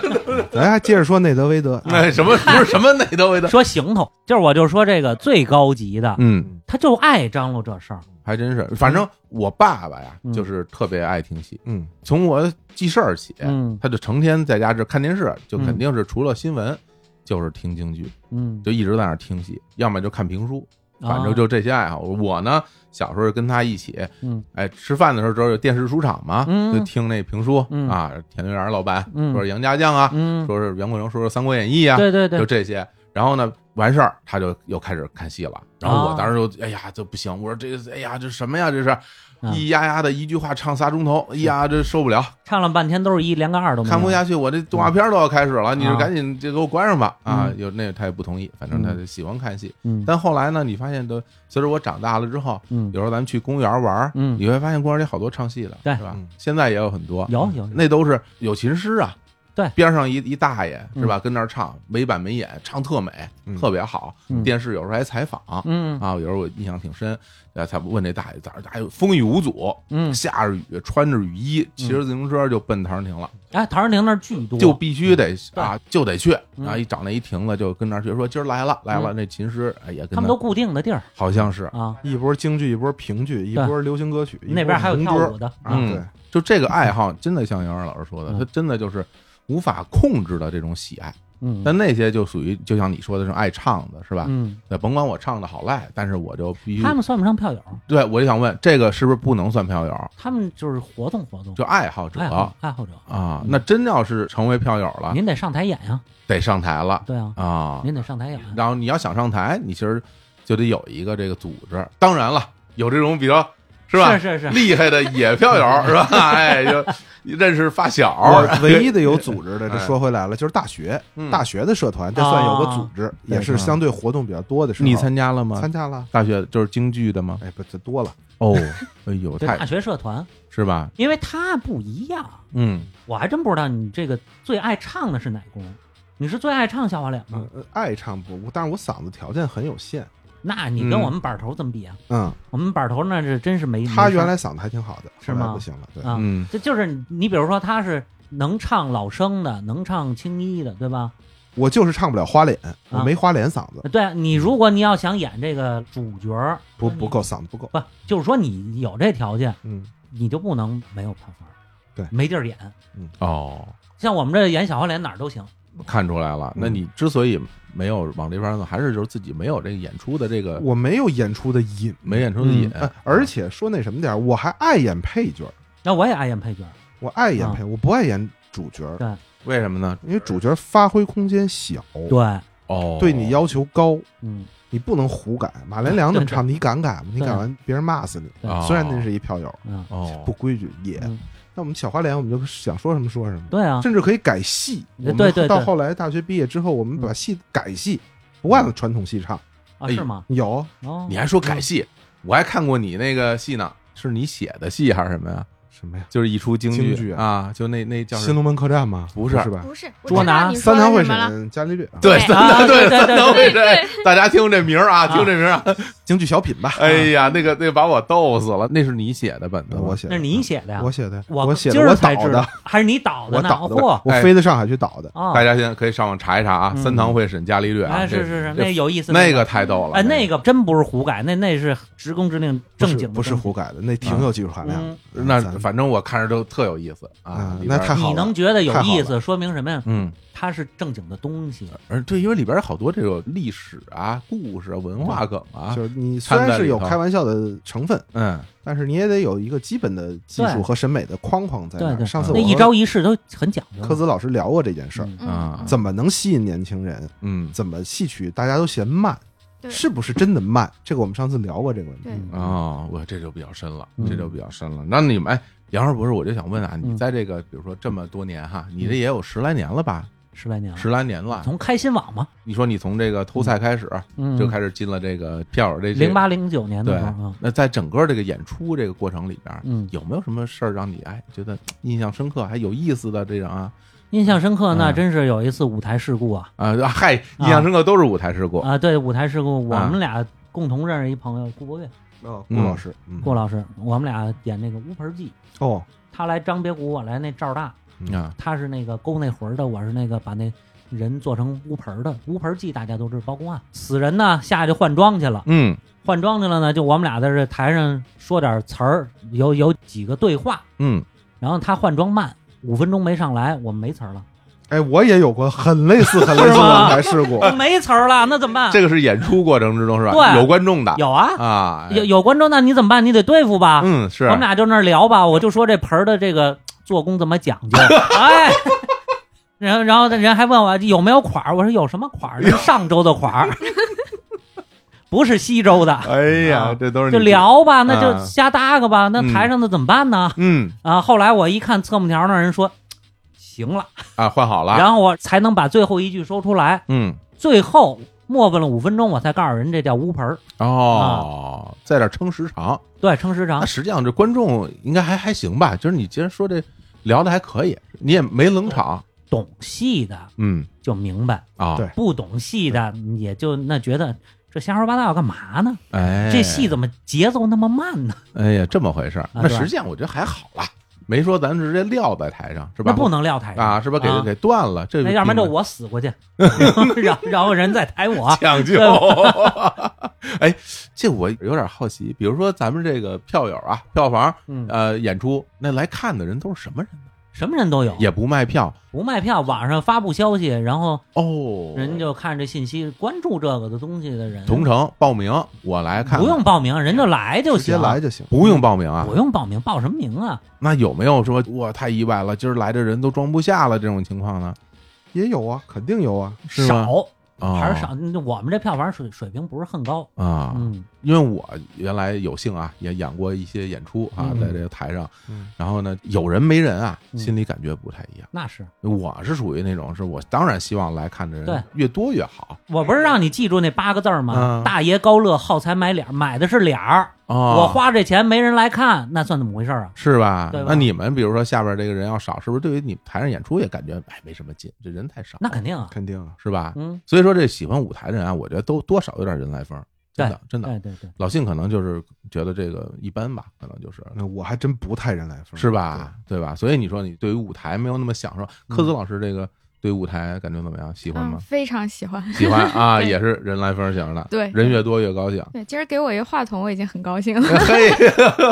C: 咱还接着说内德维德，啊
A: 那什么不是什么内德维德？
B: 说行头，就是啊我就说这个最高级的，
A: 嗯，
B: 他就爱张罗这事儿。
A: 还真是。反正我爸爸呀，
B: 嗯
A: 就是特别爱听戏，
C: 嗯，
A: 从我记事儿起，
B: 嗯
A: 他就成天在家这看电视，就
B: 嗯
A: 肯定是除了新闻，就是听京剧，
B: 嗯啊
A: 就一直在那儿听戏，要么就看评书，反正就这些爱好。我呢，小时候跟他一起，
B: 哦嗯
A: 哎，吃饭的时候这儿有电视书场嘛，
B: 嗯
A: 就听那评书、
B: 嗯
A: 啊，田园老板、
B: 嗯
A: 说是杨家将啊，
B: 嗯，
A: 说是袁国荣，说是《三国演义》啊，
B: 对对
A: 就
B: 对，
A: 这些。然后呢，完事儿他就又开始看戏了。然后
B: 哦
A: 我当时就，哎呀，这不行！我说这，哎呀，这什么呀？这是
B: 嗯
A: 咿呀呀的一句话唱仨钟头，哎呀，这受不了，
B: 唱了半天都是一，连个二都没有。
A: 看不下去，我这动画片都要开始了，你就
B: 啊
A: 赶紧就给我关上吧！啊
B: 嗯，
A: 有那他也不同意，反正他就喜欢看戏。
B: 嗯
A: 但后来呢，你发现都随着我长大了之后，
B: 嗯，
A: 有时候咱们去公园玩儿，
B: 嗯
A: 你会发现公园里好多唱戏的，
B: 对
A: 是吧
C: 嗯？
A: 现在也有很多，
B: 有有有
A: 那都是有琴师啊，
B: 对嗯
A: 边上一一大爷是吧，跟那儿唱，没板没眼，唱特美，
C: 嗯
A: 特别好
B: 嗯。
A: 电视有时候还采访啊，
B: 嗯
A: 有时候我印象挺深，呃，他问那大爷咋咋风雨无阻，
B: 嗯，
A: 下着雨，穿着雨衣，骑着自行车就奔陶然亭了，
B: 哎，陶然亭那儿巨多，
A: 就必须得啊，就得去
B: 嗯
A: 啊！一找那一亭子就跟那儿去，说今儿来了来了，那琴师哎也跟
B: 他们都固定的地儿
A: 好像是
B: 啊，
C: 一波京剧，一波评剧，一波流行歌曲，一
B: 那
C: 波
B: 边还有
C: 红
B: 跳舞
C: 歌
B: 的，
C: 啊，
A: 嗯
C: 对，
A: 就这个爱好，真的像杨二老师说的，
B: 嗯
A: 他真的就是无法控制的这种喜爱。
B: 嗯，
A: 但那些就属于，就像你说的，这种爱唱的是吧？
B: 嗯，
A: 对，甭管我唱的好赖，但是我就必须
B: 他。们算不上票友，
A: 对，我就想问，这个是不是不能算票友？
B: 他们就是活动活动，
A: 就爱好者
B: 爱好爱好者，
A: 啊？那真要是成为票友了，
B: 您得上台演呀，
A: 得上台了
B: 对啊，
A: 啊！
B: 您得上台演，
A: 然后你要想上台，你其实就得有一个这个组织。当然了，有这种比较是吧？
B: 是是是
A: 厉害的野票友是吧？ 哎，就认识发小，
C: 我唯一的有组 织的，这
A: 哎
C: 说回来了，就是大学，
A: 嗯
C: 大学的社团，这算有个
B: 啊
C: 组织，也
B: 嗯
C: 是相对活动比较多的时候。
A: 你参加了吗？
C: 参加了？
A: 大学就是京剧的吗？
C: 哎，不，这多了。
A: 哦， 哎呦，
B: 对大
A: 太
B: 学社团，
A: 是吧？
B: 因为他不一样，
A: 嗯，
B: 我还真不知道你这个最爱唱的是哪工。你是最爱唱小花脸吗？
C: 呃爱唱不，我但是我嗓子条件很有限。
B: 那你跟我们板头怎么比啊？
C: 嗯，
B: 我们板头那是真是没
C: 他
B: 没事
C: 原
B: 儿
C: 来嗓子还挺好的，
B: 是
C: 后来
B: 吗
C: 不行了，对，
B: 啊，
A: 嗯
B: 这就是你你比如说他是能唱老生的，能唱青衣的，对吧？
C: 我就是唱不了花脸，我
B: 啊
C: 没花脸嗓子，
B: 对啊你如果你要想演这个主角儿，
C: 不
B: 那你
C: 不够嗓子不够。
B: 不就是说你有这条件，
C: 嗯，
B: 你就不能没有票房，
C: 对
B: 没地儿演。
C: 啊
A: 哦，
B: 像我们这演小花脸哪儿都行，
A: 看出来了。那你之所以没有往这边弄，还是就是自己没有这个演出的这个
C: 我没有演出的瘾，
A: 没演出的瘾，
C: 呃而且说那什么点儿，我还爱演配角儿，
B: 那我也爱演配角儿，
C: 我爱演
B: 啊
C: 配，我不爱演主角儿，
B: 对
A: 为什么呢？
C: 因为主角发挥空间小，
B: 对，
A: 哦，
C: 对你要求高，
B: 嗯，
C: 你不能胡改。马连良怎 么唱，你敢改吗？你
B: 对
C: 改完别人骂死你。
B: 对
A: 哦
C: 虽然那是一票友，
B: 啊，
A: 哦
C: 不规矩也。
B: 嗯
C: 那我们小花脸，我们就想说什么说什么，
B: 对啊，
C: 甚至可以改戏。
B: 对
C: 我们
B: 对对嗯
C: 到后来大学毕业之后，我们把戏改戏，不按传统戏唱。
B: 啊
A: 哎
B: 是吗？
C: 有
B: 哦
A: 你，还说改戏，我还看过你那个戏呢，是你写的戏还是什么呀？
C: 什么呀？
A: 就是一出京
C: 京剧
A: 啊，就那那叫
C: 新
A: 什么？
C: 龙门客栈吗？
A: 不是
C: 是吧？
D: 不是，我
B: 捉
D: 知道
B: 拿
D: 你说
C: 三
D: 的
C: 堂会
D: 什么了，
C: 审伽利略，啊
A: 对，
D: 对
A: 三堂对
B: 啊对对对
A: 三
B: 对
A: 堂会审，大家听这名儿啊，
B: 啊
A: 听这名儿啊，
C: 京剧小品吧，
A: 哎呀，那个那个把我逗死了，那是你写的本子吗，
C: 我写
B: 那
C: 的，
B: 是你写的呀？
C: 我写的，
B: 我
C: 我写
B: 今
C: 的，
B: 儿
C: 我
B: 才
C: 导
B: 知
C: 的
B: 道，，还是你导的
C: 我
B: 呢？哦
C: 导的，
B: 嚯
C: 我我飞到上海去导的。
B: 啊
A: 大！家现在可以上网查一查啊，
B: 嗯
A: 三堂会审伽利略啊，
B: 哎，
A: 这
B: 是是是，
A: 这
B: 那有意思，
A: 那个太逗了，
B: 哎，那个真不是胡改，那那是职工之令
C: 不是
B: 正经的
C: 不是
B: 东西
C: 胡改的，那挺有技术含量的
B: 嗯。
C: 嗯
A: 那
C: 咱
A: 反正我看着都特有意思啊
C: 嗯，
A: 里边
C: 那太好
B: 你
C: 了
B: 能觉得有
C: 太好
B: 意
C: 了
B: 思，说明什么呀？
A: 嗯，
B: 它是正经的东西，
A: 而对，因为里边有好多这种历史啊、故事、啊、文化梗啊，
C: 就是你虽
A: 掺在
C: 然是有
A: 里头
C: 开玩笑的成分，
A: 嗯，
C: 但是你也得有一个基本的技术
B: 对
C: 和审美的框框在那
B: 对
C: 儿。
B: 对
C: 上次
B: 那
C: 我
B: 一
C: 和
B: 招一式都很讲究。
C: 科子老师聊过这件事儿，
B: 嗯
A: 啊
C: 怎么能吸引年轻人？
A: 嗯
C: 怎么戏曲大家都嫌慢，
D: 对
C: 是不是真的慢？这个我们上次聊过这个问题
D: 对。
B: 嗯
A: 哦，我这就比较深了，
B: 嗯
A: 这就比较深了。那你们哎，杨二博士，我就想问啊，你
B: 嗯
A: 在这个比如说这么多年哈，你这也有十来年了吧？
B: 十来年了，
A: 十来年
C: 啊
A: 了，
B: 啊从开心网嘛，
A: 你说你从这个偷菜开始
B: 嗯，
A: 就开始进了这个票友这
B: 零八零九年的
A: 对
B: 时候啊，，
A: 那在整个这个演出这个过程里边，
B: 嗯
A: 有没有什么事儿让你哎觉得印象深刻还有意思的这种啊
B: 印象深刻那
A: 嗯
B: 真是有一次舞台事故啊
A: 啊嗨，印象深刻都是舞台事故，
B: 啊，对舞台事故，我
A: 啊
B: 们俩共同认识一朋友顾博岳
C: 哦，
A: 嗯
C: 郭老师，嗯
B: 顾老师，我们俩演那个乌盆记，
C: 哦，
B: 他来张别谷，我来那赵大，
A: 啊，
B: 他是那个勾那魂儿的，我是那个把那人做成乌盆儿的。乌盆儿记大家都知道，包公案死人呢，下去换装去了。
A: 嗯
B: 换装去了呢，就我们俩在这台上说点词儿，有有几个对话，
A: 嗯
B: 然后他换装慢，五分钟没上来，我们没词儿了。
C: 哎，我也有过很类 似、很类似
B: 是
C: 的
B: 吗
C: 台事故。
B: 没词儿了，那怎么办？
A: 这个是演出过程之中是吧？
B: 啊对
A: 有观众的
B: 有啊，
A: 啊，
B: 有有观众，那你怎么办？你得对付吧。
A: 嗯是
B: 我们俩就那儿聊吧，我就说这盆儿的这个做工怎么讲 究，哎。然后，然后人还问我有没有款儿，我说有什么款儿？是上周的款儿， 不是西周的，
A: 哎呀，
B: 啊
A: 这都是你
B: 就聊吧，那
A: 啊
B: 就瞎搭个吧。那
A: 嗯
B: 台上的怎么办呢？
A: 嗯
B: 啊，后来我一看侧幕条那儿人说行了，
A: 啊换好了，
B: 然后我才能把最后一句说出来。
A: 嗯
B: 最后磨叽了五分钟，我才告诉人这叫乌盆儿，啊
A: 哦，在这儿撑时长，
B: 对，称时
A: 那
B: 长。
A: 实际上这观众应该还还行吧，就是你既然说这聊的还可以，你也没冷场，
B: 懂戏的
A: 嗯
B: 就明白，
A: 啊，
C: 对
B: 不懂戏的也就那觉得这瞎说八道干嘛呢？
A: 哎，
B: 这戏怎么节奏那么慢呢？
A: 哎呀这么回事儿，那
B: 啊对吧
A: 实际上我觉得还好啦，没说咱直接撂在台上是吧？
B: 那不能撂台上
A: 啊，是吧？给
B: 啊
A: 给断了，这
B: 那
A: 个。
B: 要不然就我死过去，然后然后人再抬我
A: 抢救
B: 对。
A: 哎，这我有点好奇，比如说咱们这个票友啊，票房
B: 嗯，
A: 呃演出那来看的人都是什么人？
B: 什么人都有，
A: 也不卖票
B: 不卖票，网上发布消息，然后
A: 哦，
B: 人就看这信息，关注这个的东西的人，
A: 同城报名，我来看看，
B: 不用报名，人就来就
C: 直接
B: 行，
A: 啊
C: 来就行，
A: 不用报名啊
B: 不？用报名，报什么名啊？
A: 那有没有说哇太意外了，今儿来的人都装不下了这种情况呢？
C: 也有啊，肯定有啊。
A: 是吗
B: 少
A: 啊，
B: 还是少，那我们这票房水水平不是很高，
A: 啊，
B: 嗯，
A: 因为我原来有幸啊，也演过一些演出啊，
B: 嗯
A: 在这个台上，
C: 嗯
A: 然后呢，有人没人啊，
B: 嗯
A: 心里感觉不太一样。
B: 那是，
A: 我是属于那种，是我当然希望来看的
B: 对
A: 人越多越好
B: 我不是让你记住那八个字儿吗
C: 啊
A: 嗯？
B: 大爷高乐好财买脸儿，买的是脸儿，
A: 啊，
B: 我花这钱没人来看，那算怎么回事儿啊？
A: 是吧？
B: 对吧
A: 那你们比如说下边这个人要少，是不是对于你台上演出也感觉哎没什么劲，这人太少，
B: 那肯定啊，
C: 肯定啊，
A: 是吧？
B: 嗯，
A: 所以说这喜欢舞台的人啊，我觉得都多少有点人来疯儿，真的真的。
B: 对对对，
A: 老信可能就是觉得这个一般吧，可能就是
C: 那我还真不太人来疯，
A: 是吧？对吧？所以你说你对于舞台没有那么享受，科子老师这个对舞台感觉怎么样？喜欢
D: 嗯，
A: 吗？
D: 非常喜欢。
A: 喜欢啊，
D: 嗯对
A: 也是人来疯儿型的，
D: 对。
A: 人越多越高兴
D: 对，今儿给我一个话筒，我已经很高兴了。
A: 嘿，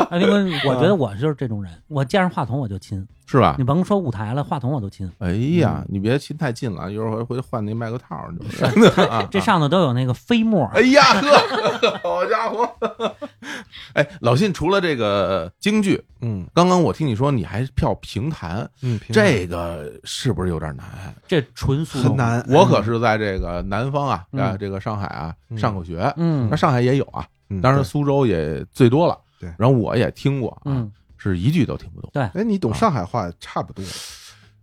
B: 啊因为我觉得我就是这种人，我见着话筒我就亲，
A: 是
C: 啊
A: 吧
B: 你？甭说舞台了，话筒我都亲。
A: 哎呀，你别亲太近了，一会儿回去换那麦克套儿，就是。啊
B: 这上头都有那个飞沫儿，
A: 哎呀呵，好家伙！ 哎，老信，除了这个京剧，
C: 嗯
A: 刚刚我听你说你还票评弹，
C: 嗯，平常
A: 这个是不是有点难？
B: 这纯素
C: 很。难。
A: 我可是在这个南方啊，
B: 嗯
A: 啊，这个上海啊
C: 嗯
A: 上过学，
B: 嗯
A: 那，上海也有啊，
C: 嗯
A: 当然
C: 对
A: 苏州也最多了。
C: 对
A: 然后我也听过啊，
B: 嗯，
A: 是一句都听不懂。
C: 哎，你
A: 啊
C: 懂上海话差不多。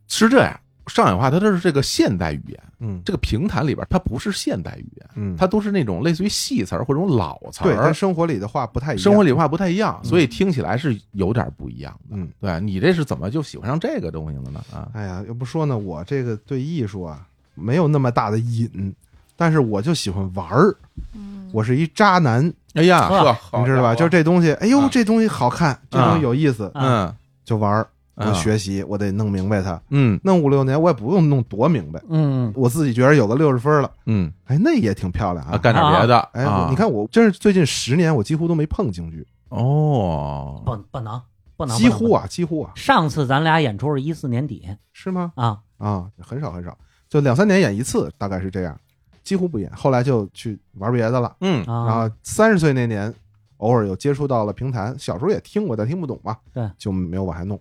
A: 是这样，上海话它都是这个现代语言，
C: 嗯
A: 这个评弹里边它不是现代语言，
C: 嗯，
A: 它都是那种类似于戏词儿或者那种老词
C: 对
A: 儿
C: 跟。生活里的话不太一样。
A: 生活里话不太一样，
C: 嗯
A: 所以听起来是有点不一样的。
C: 嗯，
A: 对啊你这是怎么就喜欢上这个东西了呢？ 啊，
C: 哎呀，要不说呢，我这个对艺术啊没有那么大的瘾，但是我就喜欢玩儿。
D: 嗯，
C: 我是一渣男，
A: 哎呀，
B: 呵
A: 呵，好
C: 你知道吧？
A: 家伙
C: 就是这东西，哎呦
A: 啊，
C: 这东西好看，这东西有意思，
B: 啊
A: 嗯
C: 就玩儿。
A: 啊
C: 我学习，我得弄明白它。
A: 嗯
C: 弄五六年，我也不用弄多明白，
B: 嗯，
C: 我自己觉得有了六十分了，
A: 嗯，
C: 哎，那也挺漂亮
A: 啊，
C: 啊。
A: 干点别的。
C: 哎，
A: 啊
C: 我你看我真是最近十年，我几乎都没碰京剧，
A: 哦，
B: 不不能不能，
C: 几乎
B: 不能。
C: 啊，几乎啊，
B: 上次咱俩演出是一四年底
C: 是吗？
B: 啊，
C: 啊，很少很少，就两三年演一次，大概是这样，几乎不演。后来就去玩别的了。
A: 嗯
C: 然
B: 啊，
C: 后三十岁那年，偶尔有接触到了评弹，小时候也听过，但听不懂嘛，
B: 对，
C: 就没有往下弄。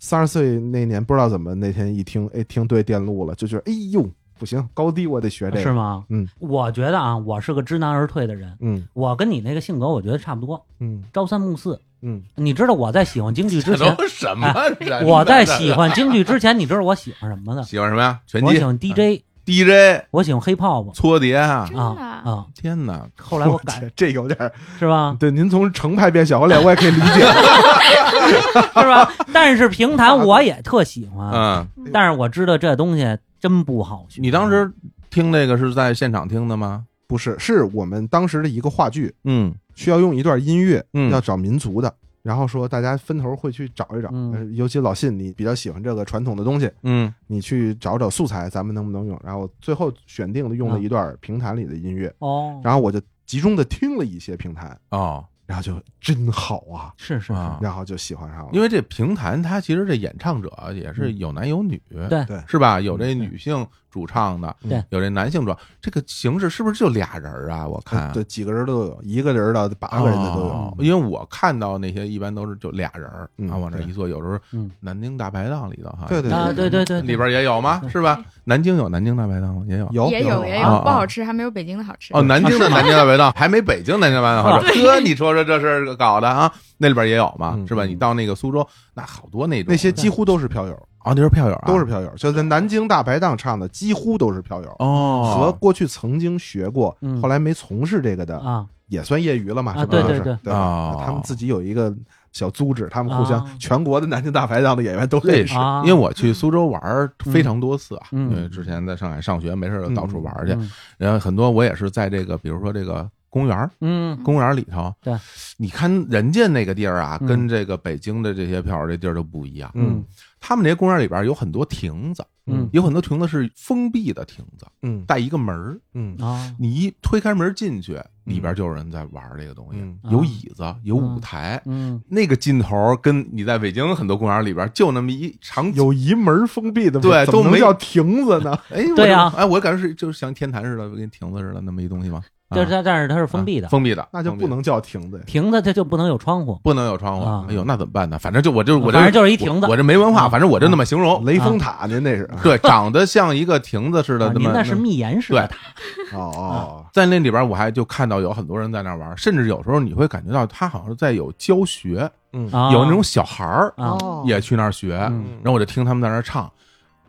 C: 三十岁那年，不知道怎么那天一听，哎，听对电路了，就觉得哎呦不行，高低我得学这
B: 是
C: 个。
B: 吗？
C: 嗯，
B: 我觉得啊，我是个知难而退的人，
C: 嗯
B: 我跟你那个性格我觉得差不多，
C: 嗯
B: 朝三暮四。
C: 嗯，
B: 你知道我在喜欢京剧之
A: 这
B: 前，
A: 都什
C: 哎
A: 么人？
B: 我在喜欢京剧之前，你知道我喜欢什么呢？
A: 喜欢什么呀？拳
B: 我喜
A: 击、
B: 欢 DJ，
A: DJ、
B: 我喜欢黑泡泡
A: 搓碟啊！
D: 真
B: 啊
D: 的啊
B: 啊！
A: 天哪，
B: 后来我啊改
C: 这这有点儿
B: 是吧？
C: 对。您从成派变小花脸，我也可以理解。
B: 是吧？但是评弹我也特喜欢，
A: 嗯，
B: 但是我知道这东西真不好学。
A: 你当时听那个是在现场听的吗？
C: 不是，是我们当时的一个话剧，
A: 嗯
C: 需要用一段音乐，
A: 嗯
C: 要找民族的，然后说大家分头会去找一找，
B: 嗯
C: 呃尤其老信你比较喜欢这个传统的东西，
A: 嗯
C: 你去找找素材，咱们能不能用？然后最后选定的用了一段评弹里的音乐，
B: 哦，
C: 然后我就集中的听了一些评弹，
A: 哦，
C: 然后就真好啊，
B: 是是
A: 啊
B: 是，
C: 然后就喜欢上了。
A: 因为这评弹，它其实这演唱者啊也是有男有女，
B: 对
C: 对
A: 是吧？有这女性主唱的，
B: 对
A: 有这男性主唱，这个形式是不是就俩人儿啊？我看
C: 呃对几个人都有，一个人的八个人的都有。
A: 哦因为我看到那些一般都是就俩人儿
C: 嗯
A: 啊，往这
C: 对
A: 一坐，有时候
B: 嗯
A: 南京大排档里头哈，
C: 对对
B: 啊，对对对，
A: 里边也有吗？
B: 对
A: 是吧？南京有南京大排档吗？也有。
C: 有
D: 也
C: 有
D: 也有，
A: 啊
D: 不好吃，还没有北京的好吃。
A: 哦，南京的南京大排档 还没北京南京大排档好吃。哥，你说说这事儿搞的啊？那里边也有嘛，
C: 嗯
A: 是吧？你到那个苏州，那好多那种
C: 那些几乎都是票友，
A: 啊，那是票友啊，
C: 都是票友。就在南京大排档唱的，几乎都是票友。
A: 哦
C: 和过去曾经学过
B: 嗯，
C: 后来没从事这个的，
B: 啊，
C: 也算业余了嘛？
B: 啊
C: 是吧
B: 对对
C: 就是
B: 对
C: 对
A: 哦
C: 吧，他们自己有一个小组织，他们互
B: 啊
C: 相全国的南京大排档的演员都
A: 这
C: 认识
A: 是
B: 啊
A: 因为我去苏州玩儿非常多次啊，
B: 嗯
A: 因为之前在上海上学没事儿到处玩儿去，
B: 嗯
A: 然后很多我也是在这个，比如说这个公园儿
B: 嗯，
A: 公园儿里头，
B: 对，
A: 你看人家那个地儿啊，
B: 嗯
A: 跟这个北京的这些票友这地儿就不一样，
C: 嗯
A: 他们这些公园儿里边儿有很多亭子，
B: 嗯
A: 有很多亭子是封闭的亭子，
C: 嗯
A: 带一个门儿，
C: 嗯
B: 啊，
A: 你一推开门进去，里边就有人在玩儿这个东西，
C: 嗯
A: 有椅子，
B: 啊
A: 有舞台。
B: 嗯，
A: 那个劲头儿跟你在北京很多公园儿里边儿就那么一场景
C: 有一门封闭的，
A: 对
C: 怎
A: 都
C: 么能
A: 没
C: 叫亭 子呢？
A: 哎，我
B: 对啊呀
A: 就哎，我感觉是就是像天坛似的，跟亭子似的那么一东西吗？啊
B: 就是它，但是它是封闭的
A: 啊，封闭的，
C: 那就
A: 封
C: 不
A: 闭的
C: 能叫亭子呀。
B: 亭子它就不能有窗户，
A: 不能有窗户。
B: 啊
A: 哎呦，那怎么办呢？反正就我就我这
B: 反正就是一亭子
A: 我我这没文化，
B: 啊
A: 反正我就那么形容。
C: 雷峰塔，您那是？哦
A: 对，长得像一个亭子似的
B: 啊，
A: 那
B: 您
A: 么
B: 那是密檐式
A: 对
B: 的塔，
C: 哦，
A: 在那里边，我还就看到有很多人在那玩，甚至有时候你会感觉到他好像是在有教学，
C: 嗯
B: 啊
A: 有那种小孩儿
B: 啊，
A: 也去那儿学，
B: 嗯
A: 然后我就听他们在那儿唱，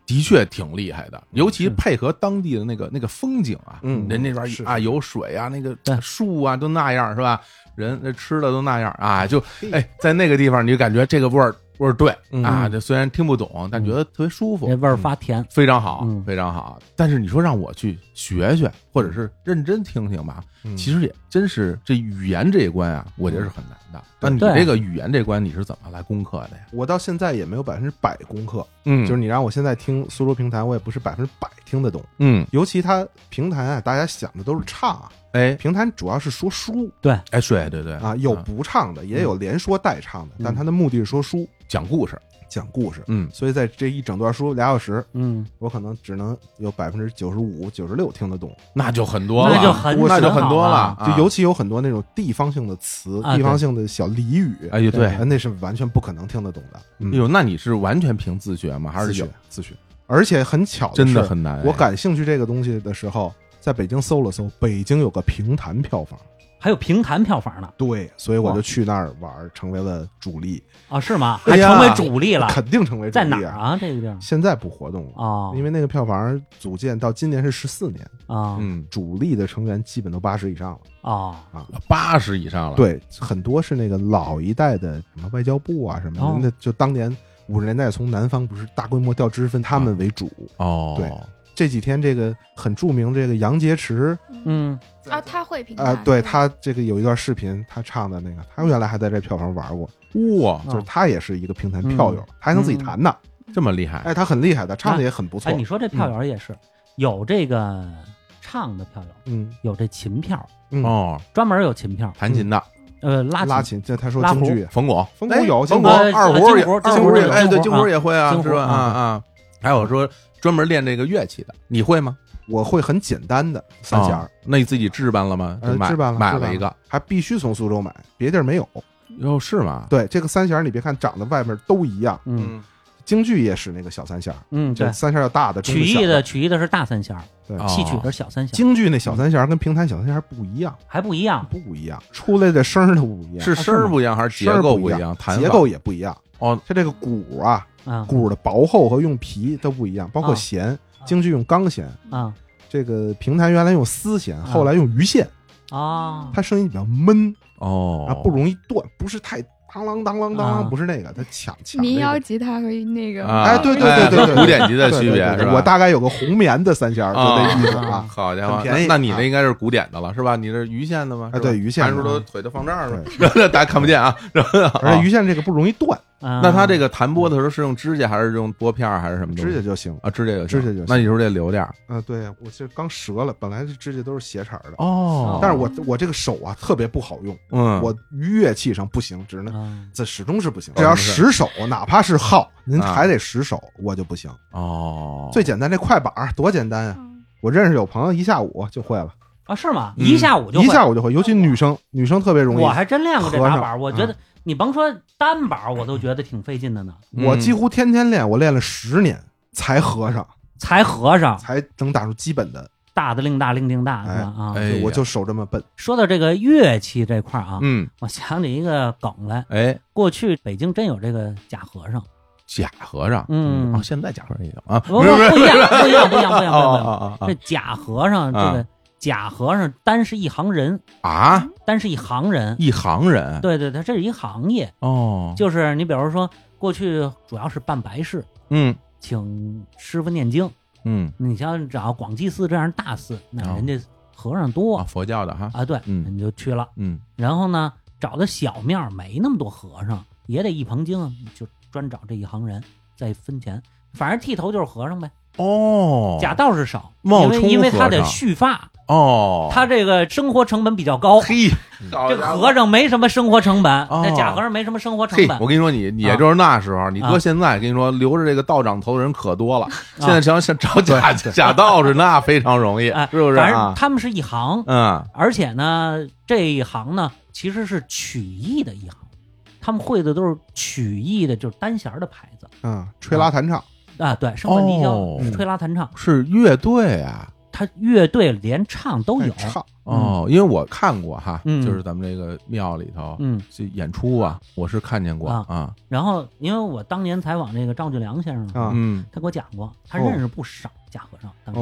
A: 的确挺厉害的，尤其
B: 是
A: 配合当地的那个那个风景啊，
C: 嗯
A: 人那边
C: 是
A: 啊
C: 是
A: 有水啊，那个
B: 对
A: 树啊都那样是吧？人那吃的都那样啊，就哎，在那个地方你就感觉这个味儿味儿对
C: 嗯
A: 啊，这虽然听不懂，但觉得特别舒
B: 这
A: 服，
B: 味儿发甜，
A: 非常好
B: 嗯，
A: 非常好。但是你说让我去学学，或者是认真听听吧，其
C: 实
A: 实也真是这语言这一关啊，我觉得是很难的。那你
B: 对
A: 这个语言这关你是怎么来攻克的呀？
C: 我到现在也没有百分之百攻克，
A: 嗯
C: 就是你让我现在听苏州评弹，我也不是百分之百听得懂。
A: 嗯，
C: 尤其他评弹啊，大家想的都是唱啊，
A: 哎
C: 评弹主要是说书
A: 哎，对对对
C: 啊，有不唱的，也有连说带唱的，
A: 嗯
C: 但他的目的是说书，
A: 讲故事，
C: 讲故事。
A: 嗯
C: 所以在这一整段书俩小时，
B: 嗯，
C: 我可能只能有百分之九十五、九十六听得懂，，
A: 那就很多了，
B: 那就很
C: 我
A: 那就很多了
B: 了，，
A: 啊
C: 就尤其有很多那种地方性的词、
B: 啊
C: 地方性的小俚语，
A: 哎呦对，哎
C: 那是完全不可能听得懂的。嗯
A: 呦，那你是完全凭自学吗？还
C: 自
A: 是有
C: 学自学，而且很巧
A: 真
C: 的
A: 的
C: 是，
A: 很难哎？
C: 我感兴趣这个东西的时候，在北京搜了搜，北京有个评弹票房，
B: 还有评弹票房呢
C: 对，所以我
B: 哇
C: 就去那儿玩儿，成为了主力，
B: 啊，是吗？
A: 哎
B: 还
A: 呀
B: 成为主力了，
C: 肯定成为主
B: 在哪
C: 力
B: 儿
C: 啊！
B: 啊？这个地儿
C: 现在不活动了，
B: 哦，
C: 因为那个票房组建到今年是十四年，
B: 啊
A: 嗯，
C: 主力的成员基本都八十以上了。
B: 啊
A: 八十以上了，，
C: 对，很多是那个老一代的什么外交部啊什么
B: 哦
C: 的，那就当年五十年代从南方不是大规模调知识分，他们为主。
A: 哦，
C: 对这几天这个很著名，这个杨洁篪
B: 嗯
D: 啊，他会评
C: 啊、
D: 弹
C: 对他这个有一段视频，他唱的那个，他原来还在这票房玩过，
A: 哇，
B: 哦
C: 就是他也是一个平台票
B: 嗯
C: 友，他还能自己弹呢。
A: 这么厉害，
C: 哎，他很厉害的，唱的也很不错
B: 哎，。你说这票友也是、有这个唱的票友，
C: 嗯
B: 有这琴票，
C: 嗯，
A: 哦，
B: 专门有琴票，
A: 弹琴的
B: 呃，拉
C: 拉
B: 琴
C: 琴，这他说
B: 拉
C: 京剧，
A: 冯巩，
C: 冯
A: 哎
C: 巩啊有
A: 冯巩
C: 京国
B: 呃
A: 二胡也，
B: 京胡
A: 二胡
B: 京
A: 也，
B: 胡
A: 哎，对，
B: 京胡
A: 胡也会啊，
B: 京胡
A: 是吧？啊
B: 啊
A: 啊，还有说专门练这个乐器的，你会吗？
C: 我会很简单的三弦
A: 哦
C: 儿，
A: 那你自己置办了吗？就
C: 呃
A: 买
C: 置办了
A: 买
C: 置办
A: 了一个，
C: 还必须从苏州买，别地儿没有。
A: 哟，是吗？
C: 对，这个三弦儿你别看长得外面都一样，
B: 嗯
C: 京剧也使那个小三弦儿，
B: 嗯，
C: 这
B: 对，
C: 三弦儿要大的，中
B: 曲艺
C: 小
B: 的曲艺的是大三弦嗯儿，
C: 对
A: 哦
B: 戏曲的是小三弦儿，
C: 京剧那小三弦儿跟平弹小三弦儿不一样，
B: 还不一样。
C: 不一样，出来的声儿都不一样，
A: 是声儿不一样还是
C: 声
A: 结
C: 儿
A: 构
C: 不
A: 不一
C: 一样
A: 样？弹
C: 结
A: 法
C: 构也不一样。
A: 哦，
C: 它这个鼓啊，
B: 啊
C: 鼓的薄厚和用皮都不一样，包括
B: 啊
C: 弦，京剧用钢弦，
B: 啊
C: 这个评弹原来用丝弦，后来用鱼线，
B: 啊！
C: 它声音比较闷，
A: 哦，
C: 啊，不容易断，不是太当啷当啷当啷，
B: 啊
C: 不是那个，它抢抢
D: 民
C: 那
D: 谣
C: 个
D: 吉他和那个
A: 啊，
C: 哎对对
A: 哎
C: 对对对
A: 古典级的
C: 对
A: 区
C: 对
A: 别
C: 对
A: 是
C: 对
A: 吧？
C: 我大概有个红棉的三弦儿，就
A: 啊
C: 那意思
B: 啊
C: 啊。
A: 好家伙
C: 很，
A: 那
C: 便宜
A: 那你那
C: 啊
A: 应该是古典的了，是吧？你这鱼线的吗？
C: 哎
A: 是吧
C: 对鱼线的
A: 弹出都腿都放这儿了，
C: 对嗯
A: 大家看不见啊。啊
C: 而且鱼线这个不容易断，
B: 那
A: 那他这个弹拨的时候是用指甲还是用拨片儿还是什么东西？
C: 指甲就行了。
A: 啊，指甲有
C: 指甲就行
A: 那你是不是得留点儿？
C: 啊，对呀，我这刚折了，本来这指甲都是斜茬儿的，
A: 哦
C: 但是我我这个手啊特别不好用，
A: 嗯，
C: 我愉乐器上不行，只能
B: 嗯
C: 这始终是不行。
A: 哦
C: 只要
A: 是
C: 十手，哪怕是号，您
A: 啊
C: 还得十手，我就不行。
A: 哦，
C: 最简单这快板儿多简单啊！
D: 嗯
C: 我认识有朋友一下午就会了，
B: 啊是吗？
A: 嗯
B: 一下午就
C: 一
B: 会。
C: 下午就会，尤其女生，女生特别容易
B: 我。还真练过这
C: 合
B: 打
C: 上
B: 板，我觉得你甭说单板，我都觉得挺费劲的呢。
A: 嗯
C: 我几乎天天练，我练了十年才合上，
B: 才合上
C: 才能打出基本的。
B: 大的令大令令大是吧？啊，
A: 哎呀
C: 我就手这么笨，
B: 说到这个乐器这块儿啊，
A: 嗯，
B: 我想起一个梗来，
A: 哎，
B: 过去北京真有这个假和尚，
A: 假和尚，
B: 嗯
A: 哦，现在假和尚也有啊，
B: 不
A: 没有没有
B: 不一样，不一样，不一样，不一样，不一样不一样。
A: 哦哦
B: 这假和尚，这个假和尚单是一行人，
A: 哦啊，
B: 单是一行人，
A: 一行人，
B: 对对，他这是一行业，
A: 哦，
B: 就是你比如说过去主要是办白事，
A: 嗯
B: 请师傅念经，
A: 嗯，
B: 你像找广济寺这样大寺，那
A: 哦
B: 人家和尚
A: 啊，
B: 多
A: 佛教的哈，
B: 啊，对，
A: 嗯
B: 你就去了。
A: 嗯
B: 然后呢，找的小庙儿没那么多和尚，也得一捧经，就专找这一行人再分钱。反正剃头就是和尚呗，
A: 哦，
B: 假道士少，
A: 冒
B: 因为
A: 充
B: 因为他
A: 和
B: 得
A: 尚
B: 蓄发，
A: 哦，
B: 他这个生活成本比较高。
A: 嘿，
B: 这
A: 这
B: 和尚没什么生活成本，
A: 哦
B: 那假和尚没什么生活成
A: 嘿
B: 本，。
A: 我跟你说，你你也就是那时候，你搁现在，跟你说留着这个道长头的人可多了。
B: 啊
A: 现在想想找假假道士，那非常容易，
B: 哎
A: 是不是
B: 反正
A: 啊？
B: 他们是一行，
A: 嗯，
B: 而且呢，这一行呢其实是曲艺的一行，他们会的都是曲艺的，就是单弦儿的牌子
C: 嗯，吹拉弹唱，
B: 啊。对，生管笛箫、
A: 哦
B: 吹拉弹唱，
A: 是乐队啊。
B: 他乐队连唱都有
C: 哎。唱，
A: 哦，因为我看过哈，
B: 嗯
A: 就是咱们这个庙里头
B: 嗯，
A: 这演出啊，我是看见过
B: 啊
A: 啊。
B: 然后因为我当年采访这个赵俊良先生嘛
C: 啊
A: 嗯，
B: 他给我讲过，他
C: 哦
B: 认识不少假和尚。当
C: 哦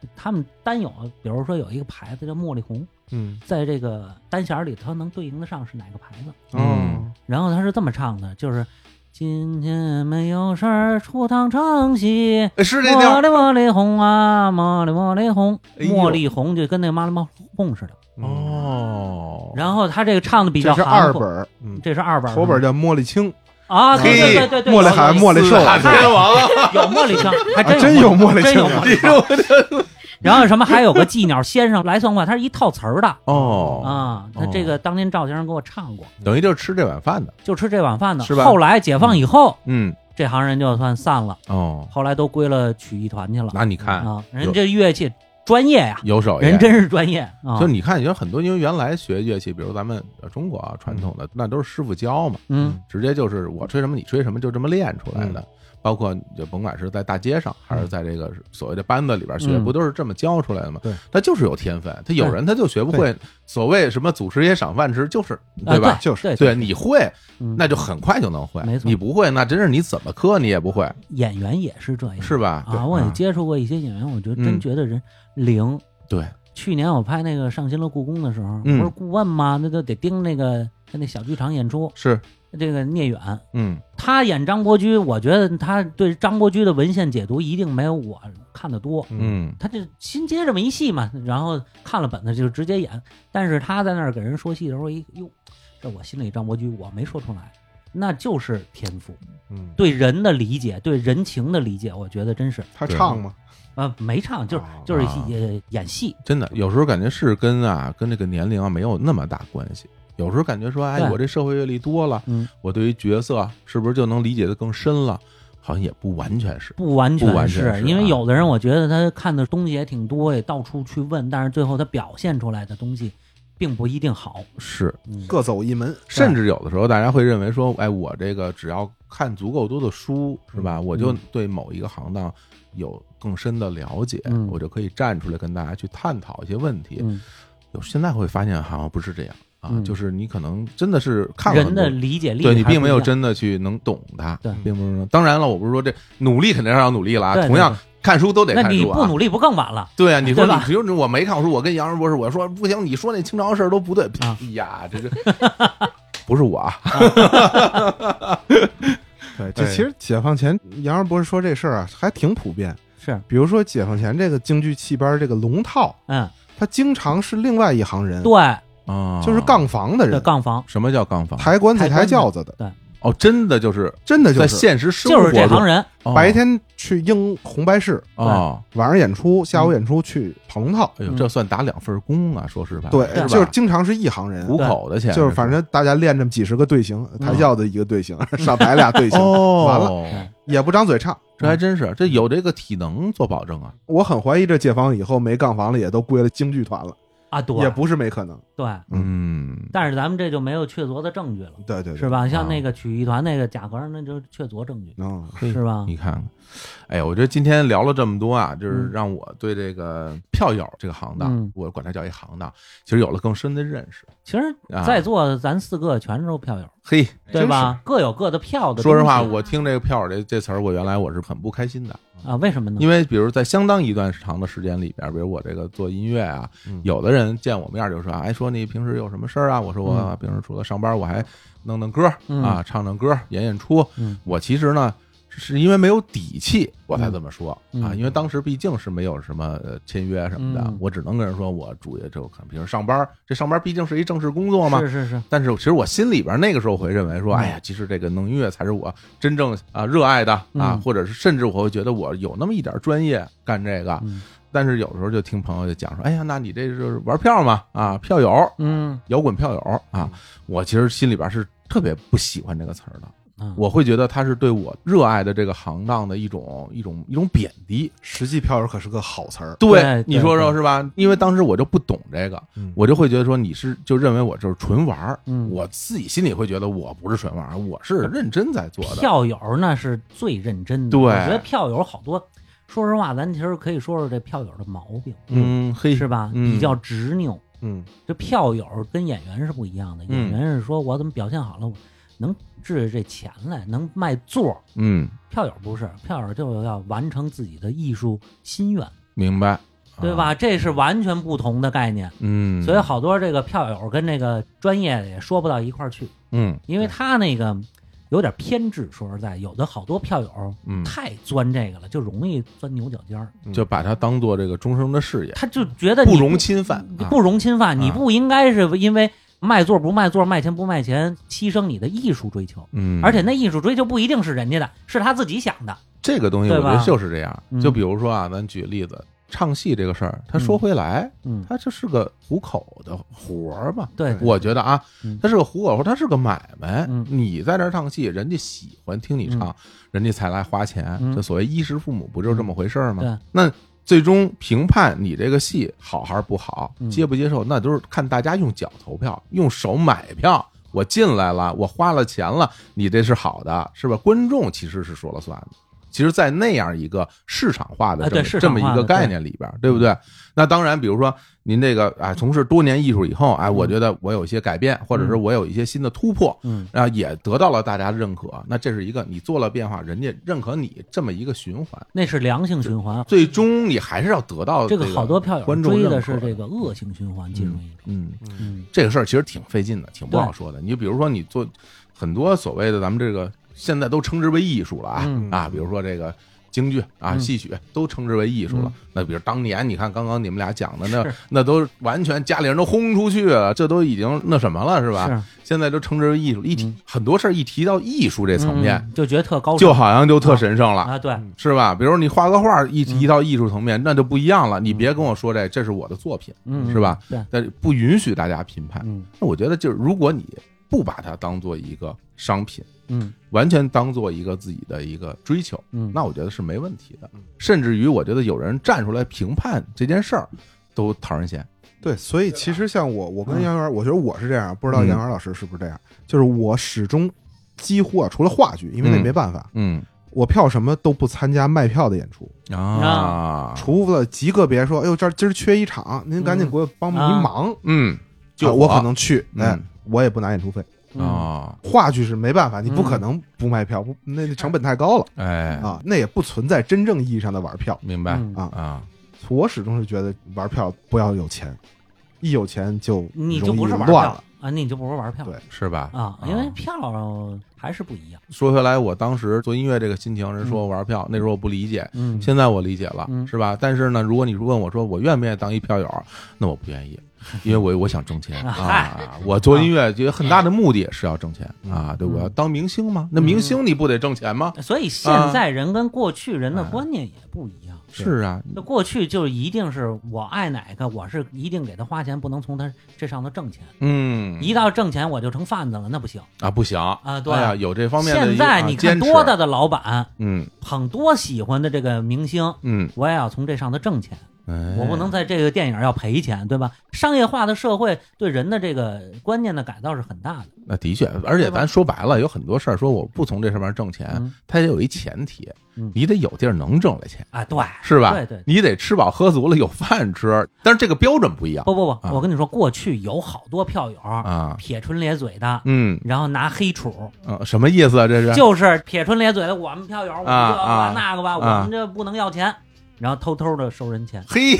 B: 时
C: 哦，
B: 他们单有，比如说有一个牌子叫茉莉红，
C: 嗯，
B: 在这个单弦儿里，它能对应得上是哪个牌子？
C: 哦
A: 嗯，
B: 然后他是这么唱的，就是今天没有事儿出趟城西，
A: 哎是这地
B: 茉
A: 儿
B: 莉茉莉红啊，茉莉茉莉红，
A: 哎呦
B: 茉莉红就跟那个麻莉猫红似的。
A: 哦。
B: 然后他这个唱的比较
C: 这是
B: 含
C: 二
B: 糊
C: 本，儿，嗯，
B: 这是二本儿，
C: 头本儿叫茉莉青，
B: 啊，对对
A: 嘿
B: 对对对，
C: 茉莉
B: 有
C: 海
B: 有
C: 茉莉寿，
A: 啊天 王啊，
B: 哎有茉莉香，还
C: 啊
B: 哎真
C: 真有茉莉
B: 真有
C: 香
B: 茉 莉香。然后什么还有个寄鸟先生来算卦，它是一套词儿的
A: 哦
B: 啊。他这个当年赵先生给我唱过，
A: 等于就是吃这碗饭的，
B: 就吃这碗饭的。
A: 是吧
B: 后来解放以后，
A: 嗯，
B: 这行人就算散了，
A: 哦，
B: 后来都归了曲艺团去了
A: 那你看
B: 啊。人这乐器专业呀，
A: 有手艺，
B: 人真是专业啊
A: 就。你看，有很多因为原来学乐器，比如咱们呃中国啊传统的，那都是师傅教嘛，
B: 嗯，
A: 直接就是我吹什么你吹什么，就这么练出来的。包括就甭管是在大街上，还是在这个所谓的班子里边学，
B: 嗯
A: 不都是这么教出来的吗？
C: 对，
A: 他就是有天分，他有人他就学不会。所谓什么祖师爷赏饭吃，就是
B: 啊
A: 对吧？
C: 就是
B: 对
A: 对，，你会，
B: 嗯
A: 那就很快就能会；
B: 没错
A: 你不会，那真是你怎么磕你也不会，
B: 演员也是这样
A: 是吧？嗯对
B: 啊。我也接触过一些演员，我觉得真
A: 嗯
B: 觉得人灵。
A: 对，
B: 去年我拍那个《上新了故宫》的时候，
A: 嗯
B: 不是顾问吗？那就得盯那个在那小剧场演出。
A: 是，
B: 这个聂远，
A: 嗯，
B: 他演张伯驹，我觉得他对张伯驹的文献解读一定没有我看的多。
A: 嗯，
B: 他就新接这么一戏嘛，然后看了本子就直接演。但是他在那儿给人说戏的时候，一哎哟，这我心里张伯驹我没说出来，那就是天赋，
C: 嗯，
B: 对人的理解，对人情的理解，我觉得真是
C: 他唱嘛，
A: 嗯
B: 啊，没唱就是
C: 哦
B: 就是
A: 啊
B: 演演戏，
A: 真的，有时候感觉是跟啊跟这个年龄啊没有那么大关系。有时候感觉说，哎，
B: 对
A: 我这社会阅历多了，
B: 嗯，
A: 我对于角色啊是不是就能理解的更深了？好像也不完全是。
B: 不完
A: 不完
B: 全
A: 全是
B: 因
A: 啊
B: 为有的人我觉得他看的东西也挺多，也到处去问，但是最后他表现出来的东西并不一定好。
A: 是，
B: 嗯，
C: 各走一门，
A: 甚至有的时候大家会认为说，哎，我这个只要看足够多的书，是
B: 嗯
A: 吧？我就对某一个行当有更深的了解，
B: 嗯
A: 我就可以站出来跟大家去探讨一些问题。
B: 嗯，
A: 有现在会发现好像不是这样啊，
B: 嗯
A: 就是你可能真的是看了
B: 人
A: 很多
B: 的理解力
A: 对你
B: 还
A: 并
B: 不
A: 没
B: 一
A: 有
B: 样
A: 真的去能懂它，
B: 对
A: 并不是说。当然了，我不是说这努力肯定是要努力了啊，
B: 对对
A: 同样看书都得
B: 那
A: 看
B: 你
A: 书
B: 不
A: 啊。
B: 努力不更晚了？
A: 对啊，你说
B: 对
A: 你
B: 吧
A: 只有我没看过书，我跟杨仁博士我说不行，你说那清朝事儿都不对。
B: 啊
A: 哎呀，这个不是我 啊，
C: 对，这
A: 哎
C: 其实解放前杨二博士说这事儿啊，还挺普遍。
B: 是，
C: 比如说解放前这个京剧戏班儿这个龙套，
B: 嗯，
C: 他经常是另外一行人，
B: 对，
A: 啊
C: 就是杠房的
B: 这
C: 人，
B: 杠房，
A: 什么叫杠房？
C: 抬棺材、抬轿子的。
B: 对，
A: 哦，真的就是
C: 真的就
A: 在
C: 是
A: 现实生
B: 就
A: 活
B: 是这行
A: 中，
B: 人，
A: 哦
C: 白天去英红白事，
A: 哦，
C: 晚上演出，下午演出去跑龙套。
A: 哎呦，
B: 嗯
A: 这算打两份工啊，说实话，
C: 对
A: 是吧，
C: 就是经常是一行人，
A: 糊口的钱，
C: 就是反正大家练这么几十个队形，
B: 嗯
C: 台校的一个队形，上台俩队形，
A: 哦，
C: 完
A: 了，
C: 也不张嘴唱。
A: 这还真是，这有这个体能做保证啊，
C: 我很怀疑这解放以后没杠房了，也都归了京剧团了，
B: 啊，对
C: 也不是没可能。
B: 对，
A: 嗯，
B: 但是咱们这就没有确凿的证据了，
C: 对对对，
B: 是吧？像
A: 啊
B: 那个曲艺团那个贾和尚，那就是确凿证据，
C: 嗯，
A: 嘿
B: 是吧？
A: 你看看，哎呀，我觉得今天聊了这么多啊，就是
B: 嗯
A: 让我对这个票友这个行当，
B: 嗯
A: 我管它叫一行当，其实有了更深的认识。
B: 其实
A: 啊
B: 在座咱四个全是票友，
A: 嘿，
B: 对吧？各有各的票的东西。
A: 哎说实话，我听这个票友这这词儿，我原来我是很不开心的，
B: 啊，为什么呢？
A: 因为比如在相当一段长的时间里边，比如我这个做音乐啊，
C: 嗯
A: 有的人见我面儿就说，哎，说你平时有什么事儿啊？我说我、
B: 嗯
A: 平时除了上班，我还弄弄歌儿
B: 嗯
A: 啊，唱唱歌儿，演演出。
B: 嗯
A: 我其实呢。是因为没有底气，我才这么说、
B: 嗯
A: 啊！
B: 嗯
A: 因为当时毕竟是没有什么呃签约什么的，
B: 嗯
A: 我只能跟人说我主业就可能平时上班儿，这上班儿毕竟是一正式工作嘛，
B: 是是是，
A: 但是其实我心里边那个时候会认为说，
B: 嗯
A: 哎呀，其实这个弄音乐才是我真正啊热爱的啊
B: 嗯，
A: 或者是甚至我会觉得我有那么一点专业干这个。
B: 嗯
A: 但是有时候就听朋友就讲说，哎呀，那你这就是玩票嘛啊，票友，
B: 嗯
A: 摇滚票友啊。我其实心里边是特别不喜欢这个词儿的，
B: 啊
A: 我会觉得它是对我热爱的这个行当的一种一种一种贬低。
C: 实际票友可是个好词儿。
B: 对
A: 你说说
B: 对
A: 是吧？因为当时我就不懂这个，
C: 嗯
A: 我就会觉得说你是就认为我就是纯玩儿，
B: 嗯
A: 我自己心里会觉得我不是纯玩儿，我是认真在做的。
B: 票友那是最认真的。
A: 对
B: 我觉得票友好多，说实话，咱其实可以说说这票友的毛病，
A: 嗯，嘿，
B: 是吧？
A: 嗯
B: 比较执拗。
C: 嗯，
B: 这票友跟演员是不一样的，演
A: 嗯
B: 员是说我怎么表现好了，我能治这钱来，能卖座儿。
A: 嗯，
B: 票友不是，票友就要完成自己的艺术心愿，
A: 明白，
B: 对吧？
A: 啊？
B: 这是完全不同的概念。
A: 嗯，
B: 所以好多这个票友跟那个专业也说不到一块儿去，
A: 嗯
B: 因为他那个有点偏执。说实在，有的好多票友
A: 嗯，
B: 太钻这个了，就容易钻牛角尖儿，
A: 就把它当做这个终生的事业，
B: 他就觉得你
A: 不容侵犯
B: 你，
A: 啊
B: 不容侵犯，你
A: 啊
B: 不应该是因为卖座不卖座、卖钱不卖钱，牺牲你的艺术追求。
A: 嗯，
B: 而且那艺术追求不一定是人家的，是他自己想的。
A: 这个东西我
B: 对
A: 觉
B: 吧
A: 得就是这样
B: 嗯。
A: 就比如说啊，咱举例子，唱戏这个事儿，他说回来，
B: 嗯，
A: 它就是个糊口的活儿嘛。
B: 对，
A: 我觉得啊
B: 嗯，
A: 它是个糊口活儿，它是个买卖。
B: 嗯
A: 你在这儿唱戏，人家喜欢听你唱，人家才来花钱。
B: 嗯
A: 这所谓衣食父母，不就是这么回事儿吗？
B: 对
A: 那最终评判你这个戏好还是不好，
B: 嗯
A: 接不接受，那都是看大家用脚投票，用手买票。我进来了，我花了钱了，你这是好的，是吧？观众其实是说了算的。其实，在那样一个市场化的
B: 啊
A: 这么、
B: 对市
A: 这
B: 场
A: 么
B: 化的
A: 一个概念里边，对不对？那当然，比如说您这个啊，从事多年艺术以后，哎，我觉得我有一些改变，或者是我有一些新的突破，
B: 嗯，
A: 啊，也得到了大家认可。那这是一个你做了变化，人家认可你这么一个循环，
B: 那是良性循环。
A: 最终你还是要得到
B: 这
A: 个
B: 个好多票友
A: 观众
B: 追
A: 认
B: 的
A: 可
B: 是这个恶性循环进入一种。
A: 嗯，
B: 嗯，
A: 这个事儿其实挺费劲的，挺不
B: 对
A: 好说的。你比如说，你做很多所谓的咱们这个现在都称之为艺术了啊、
B: 嗯
A: 啊，比如说这个京剧啊、
B: 嗯
A: 戏曲都称之为艺术了。
B: 嗯
A: 那比如当年你看刚刚你们俩讲的那
B: 是
A: 那都完全家里人都轰出去了，这都已经那什么了是吧？
B: 是
A: 现在都称之为艺术，一提、
B: 嗯
A: 很多事儿一提到艺术这层面，
B: 嗯就觉得特高
A: 就好像就特神圣了。
B: 啊，对，
A: 是吧？比如你画个画，一
B: 嗯
A: 提到艺术层面，那就不一样了。你别跟我说这，这是我的作品，
B: 嗯，
A: 是吧？哎
B: 对，
A: 但是不允许大家评判。
B: 嗯
A: 那我觉得就是，如果你不把它当做一个商品，
B: 嗯
A: 完全当做一个自己的一个追求，
B: 嗯，
A: 那我觉得是没问题的。甚至于，我觉得有人站出来评判这件事儿，都讨人嫌。
C: 对，所以其实像我，我跟
B: 嗯
C: 杨元，我觉得我是这样，不知道
A: 嗯
C: 杨元老师是不是这样，就是我始终几乎啊，除了话剧，因为那
A: 嗯
C: 没办法，
A: 嗯
C: 我票什么都不参加卖票的演出，
A: 啊，
C: 除了极个别说，哎呦，这儿今儿缺一场，您赶紧给我帮
B: 嗯啊
C: 一忙，
A: 嗯，
C: 啊
A: 就
C: 我可能去，哎
A: 嗯，
C: 我也不拿演出费。
B: 啊，
A: 啊，
C: 话剧是没办法，你不
B: 嗯
C: 可能不卖票，不那那成本太高了
A: 哎，
C: 啊，那也不存在真正意义上的玩票
A: 明白
B: 嗯
C: 啊。
A: 啊，
C: 我始终是觉得玩票不要有钱，一有钱就
B: 你就
C: 容易
B: 不是玩票
C: 乱了。
B: 啊，你就不是玩票
C: 对
A: 是吧？
B: 啊，因为票还是不一样。
A: 说回来，我当时做音乐这个心情，人说我玩票，那时候我不理解，
B: 嗯
A: 现在我理解了，
B: 嗯
A: 是吧？但是呢，如果你问我说我愿不愿意当一票友，那我不愿意，因为我我想挣钱
B: 嗨
A: 啊， 我做音乐有很大的目的也是要挣钱
B: 嗯
A: 啊，对，我要当明星嘛，那明星你不得挣钱吗？
B: 所以现在人跟过去人的观念也不一
A: 啊哎
B: 样。
A: 是啊，
B: 那过去就是一定是我爱哪个，我是一定给他花钱，不能从他这上头挣钱。
A: 嗯，
B: 一到挣钱我就成贩子了，那不行。
A: 啊不行
B: 啊对
A: 哎呀，有这方面的
B: 现
A: 一个
B: 在
A: 啊
B: 你看
A: 坚持
B: 多大的老板，
A: 嗯
B: 捧多喜欢的这个明星，
A: 嗯，
B: 我也要从这上头挣钱，
A: 哎
B: 我不能在这个电影要赔钱，对吧？商业化的社会对人的这个观念的改造是很大的。
A: 那的确，而且
B: 对吧
A: 咱说白了，有很多事儿说我不从这上面挣钱
B: 嗯，
A: 它也有一前提
B: 嗯，
A: 你得有地儿能挣来钱，
B: 啊，对，
A: 是吧？
B: 对对
A: 你得吃饱喝足了有饭吃，但是这个标准不一样
B: 不不不，
A: 啊
B: 我跟你说，过去有好多票友
A: 啊。
B: 撇唇咧嘴的，
A: 嗯
B: 然后拿黑杵，
A: 啊，什么意思啊？这是
B: 就是撇唇咧嘴的，我们票友，我们这个
A: 啊
B: 吧那个吧，
A: 啊
B: 我们这不能要钱，然后偷偷的收人钱，
A: 嘿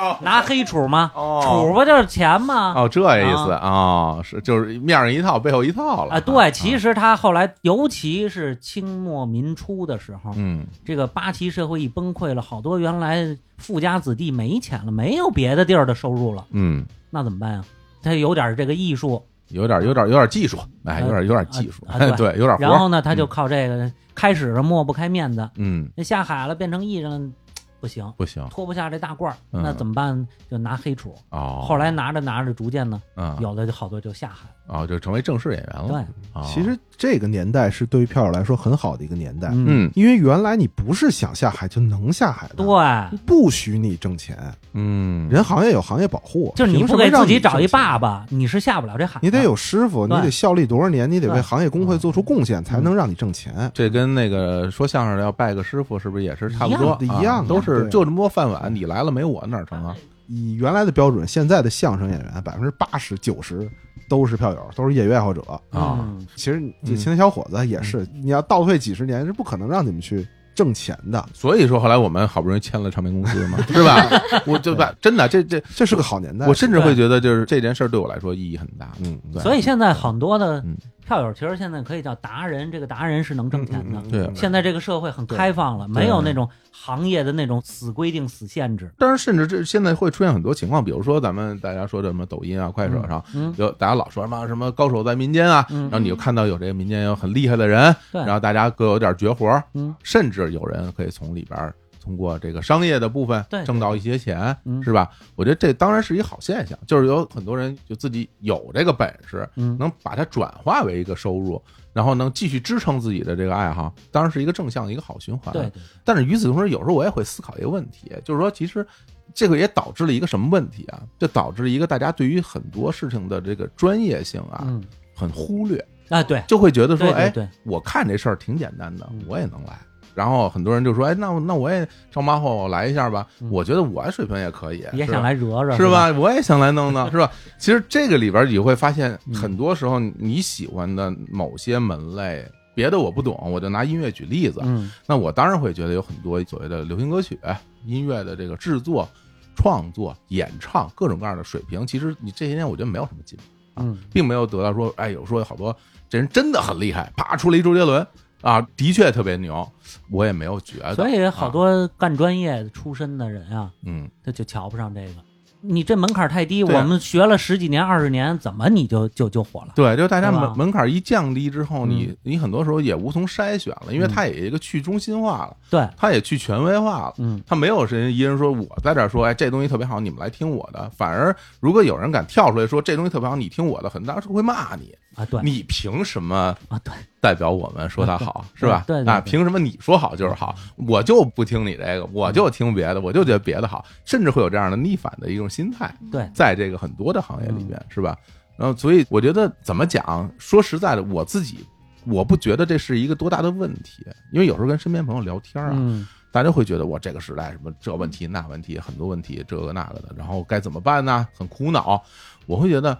A: 哦
B: 拿黑杵吗？杵
A: 哦
B: 不就是钱吗？
A: 哦，这意思哦，是就是面上一套背后一套了
B: 啊，对，其实他后来，尤其是清末民初的时候，
A: 嗯
B: 这个八旗社会一崩溃了，好多原来富家子弟没钱了，没有别的地儿的收入了，
A: 嗯，
B: 那怎么办呀？他有点这个艺术，
A: 有点有点有点技术，哎，有点有点技术
B: 啊啊，
A: 对，有点活
B: 然后
A: 儿，
B: 呢，他
C: 嗯
B: 就靠这个开始抹不开面子，
A: 嗯，
B: 那下海了变成艺人，不行，
A: 不行
B: 脱不下这大褂儿，
A: 嗯
B: 那怎么办？就拿黑杵。
A: 哦。
B: 后来拿着拿着，逐渐呢，
C: 啊
A: 嗯
B: 有的就好多就下海。
A: 哦，就成为正式演员了。
B: 对，嗯
A: 哦
C: 其实这个年代是对于票友来说很好的一个年代，
A: 嗯
C: 因为原来你不是想下海就能下海的，
B: 对，
C: 不许你挣钱，
A: 嗯，
C: 人行业有行业保护，啊
B: 就是你
C: 凭什
B: 不
C: 么
B: 给自
C: 让
B: 己
C: 你
B: 找一
C: 挣钱
B: 爸，爸，你是下不了这海的。
C: 你
A: 啊
C: 得有师傅，你
B: 对
C: 得效力多少年，你得
B: 对
C: 为行业工会做出贡献，才能让你挣钱。
A: 这跟那个说相声的要拜个师傅，是不是也是差不多
C: 一样的
A: 啊
C: 一样的
A: 都是
C: 对嗯
A: 就这么多饭碗，你来了没我哪儿成啊？
C: 以原来的标准，现在的相声演员百分之八十九十都是票友，都是业余爱好者。
A: 啊
B: 嗯
C: 其实你
A: 嗯
C: 这青年小伙子也是，你要倒退几十年是不可能让你们去挣钱的，
A: 所以说后来我们好不容易签了唱片公 司嘛，是吧？我就把真的这这，
C: 这是个好年代。
A: 我甚至会觉得就是这件事儿对我来说意义很大。
C: 嗯，嗯
A: 对
B: 所以现在很多的
A: 嗯
B: 票友，其实现在可以叫达人，这个达人是能挣钱的。
C: 嗯嗯
A: 对
C: 嗯
B: 现在这个社会很开放了，没有那种行业的那种死规定、死限制。
A: 当然，甚至这现在会出现很多情况，比如说咱们大家说的什么抖音啊、快手上，
B: 嗯，
A: 有大家老说什么什么高手在民间啊，
B: 嗯
A: 然后你就看到有这个民间有很厉害的人，
B: 对
A: 然后大家各有点绝活儿，
B: 嗯
A: 甚至有人可以从里边儿通过这个商业的部分
B: 对对
A: 挣到一些钱，
B: 嗯
A: 是吧？我觉得这当然是一好现象，就是有很多人就自己有这个本事，
B: 嗯，
A: 能把它转化为一个收入，然后能继续支撑自己的这个爱好，当然是一个正向的一个好循环。啊
B: 对，对，
A: 但是与此同时，有时候我也会思考一个问题，就是说，其实这个也导致了一个什么问题啊？就导致了一个大家对于很多事情的这个专业性啊，
B: 嗯
A: 很忽略，
B: 啊对，
A: 就会觉得说，
B: 对对
A: 哎，
B: 对，
A: 我看这事儿挺简单的
B: 嗯，
A: 我也能来。然后很多人就说，哎，那那我也上班后我来一下吧，
B: 嗯
A: 我觉得我水平也可以，
B: 也
A: 是吧
B: 想来惹惹，
A: 是？吧？我也想来弄弄，是 吧？其实这个里边你会发现，
B: 嗯
A: 很多时候你喜欢的某些门类，别的我不懂，我就拿音乐举例子。啊
B: 嗯，
A: 那我当然会觉得有很多所谓的流行歌曲、哎音乐的这个制作、创作、演唱各种各样的水平，其实你这些年我觉得没有什么进步，
B: 嗯，
A: 并没有得到说，哎，有说有好多这人真的很厉害，啪出了一周杰伦啊，的确特别牛，我也没有觉得。
B: 所以好
A: 啊，
B: 多干专业出身的人啊，
A: 嗯，
B: 他就瞧不上这个。你这门槛太低，
A: 对啊
B: 我们学了十几年、二十年，怎么你就就就火了？
A: 对，就大家
B: 对吧
A: 门门槛一降低之后，
B: 嗯
A: 你你很多时候也无从筛选了，因为它也一个去中心化了，
B: 对，
A: 它也去权威化了。
B: 嗯，
A: 它没有谁一人说我在这儿说，哎，这东西特别好，你们来听我的。反而如果有人敢跳出来说这东西特别好，你听我的，很大是会骂你。
B: 啊对，
A: 你凭什么
B: 啊对，
A: 代表我们说它好是吧？
B: 对对对
A: 啊，凭什么你说好就是好，我就不听你这个，我就听别的，我就觉得别的好，甚至会有这样的逆反的一种心态。
B: 对
A: 在这个很多的行业里
B: 嗯
A: 面，是吧？然后，所以我觉得怎么讲，说实在的，我自己我不觉得这是一个多大的问题，因为有时候跟身边朋友聊天啊，
B: 嗯，
A: 大家会觉得我这个时代什么这问题那问题很多问题这个那个的，然后该怎么办呢？很苦恼。我会觉得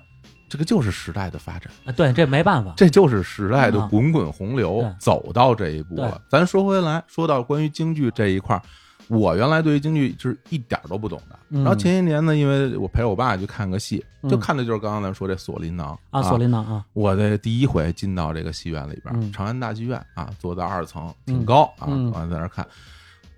A: 这个就是时代的发展，
B: 啊对，这没办法，
A: 这就是时代的
B: 嗯啊嗯
A: 滚滚洪流，
B: 对
A: 走到这一步了。咱说回来，说到关于京剧这一块儿，我原来对于京剧就是一点儿都不懂的。
B: 嗯
A: 然后前些年呢，因为我陪我爸去看个戏，
B: 嗯
A: 就看的就是刚刚咱说这《锁麟囊》
B: 啊，锁麟囊啊，
A: 我的第一回进到这个戏院里边，
B: 嗯
A: 长安大剧院啊，坐到二层，
B: 嗯
A: 挺高啊，
B: 嗯
A: 完、在那儿看，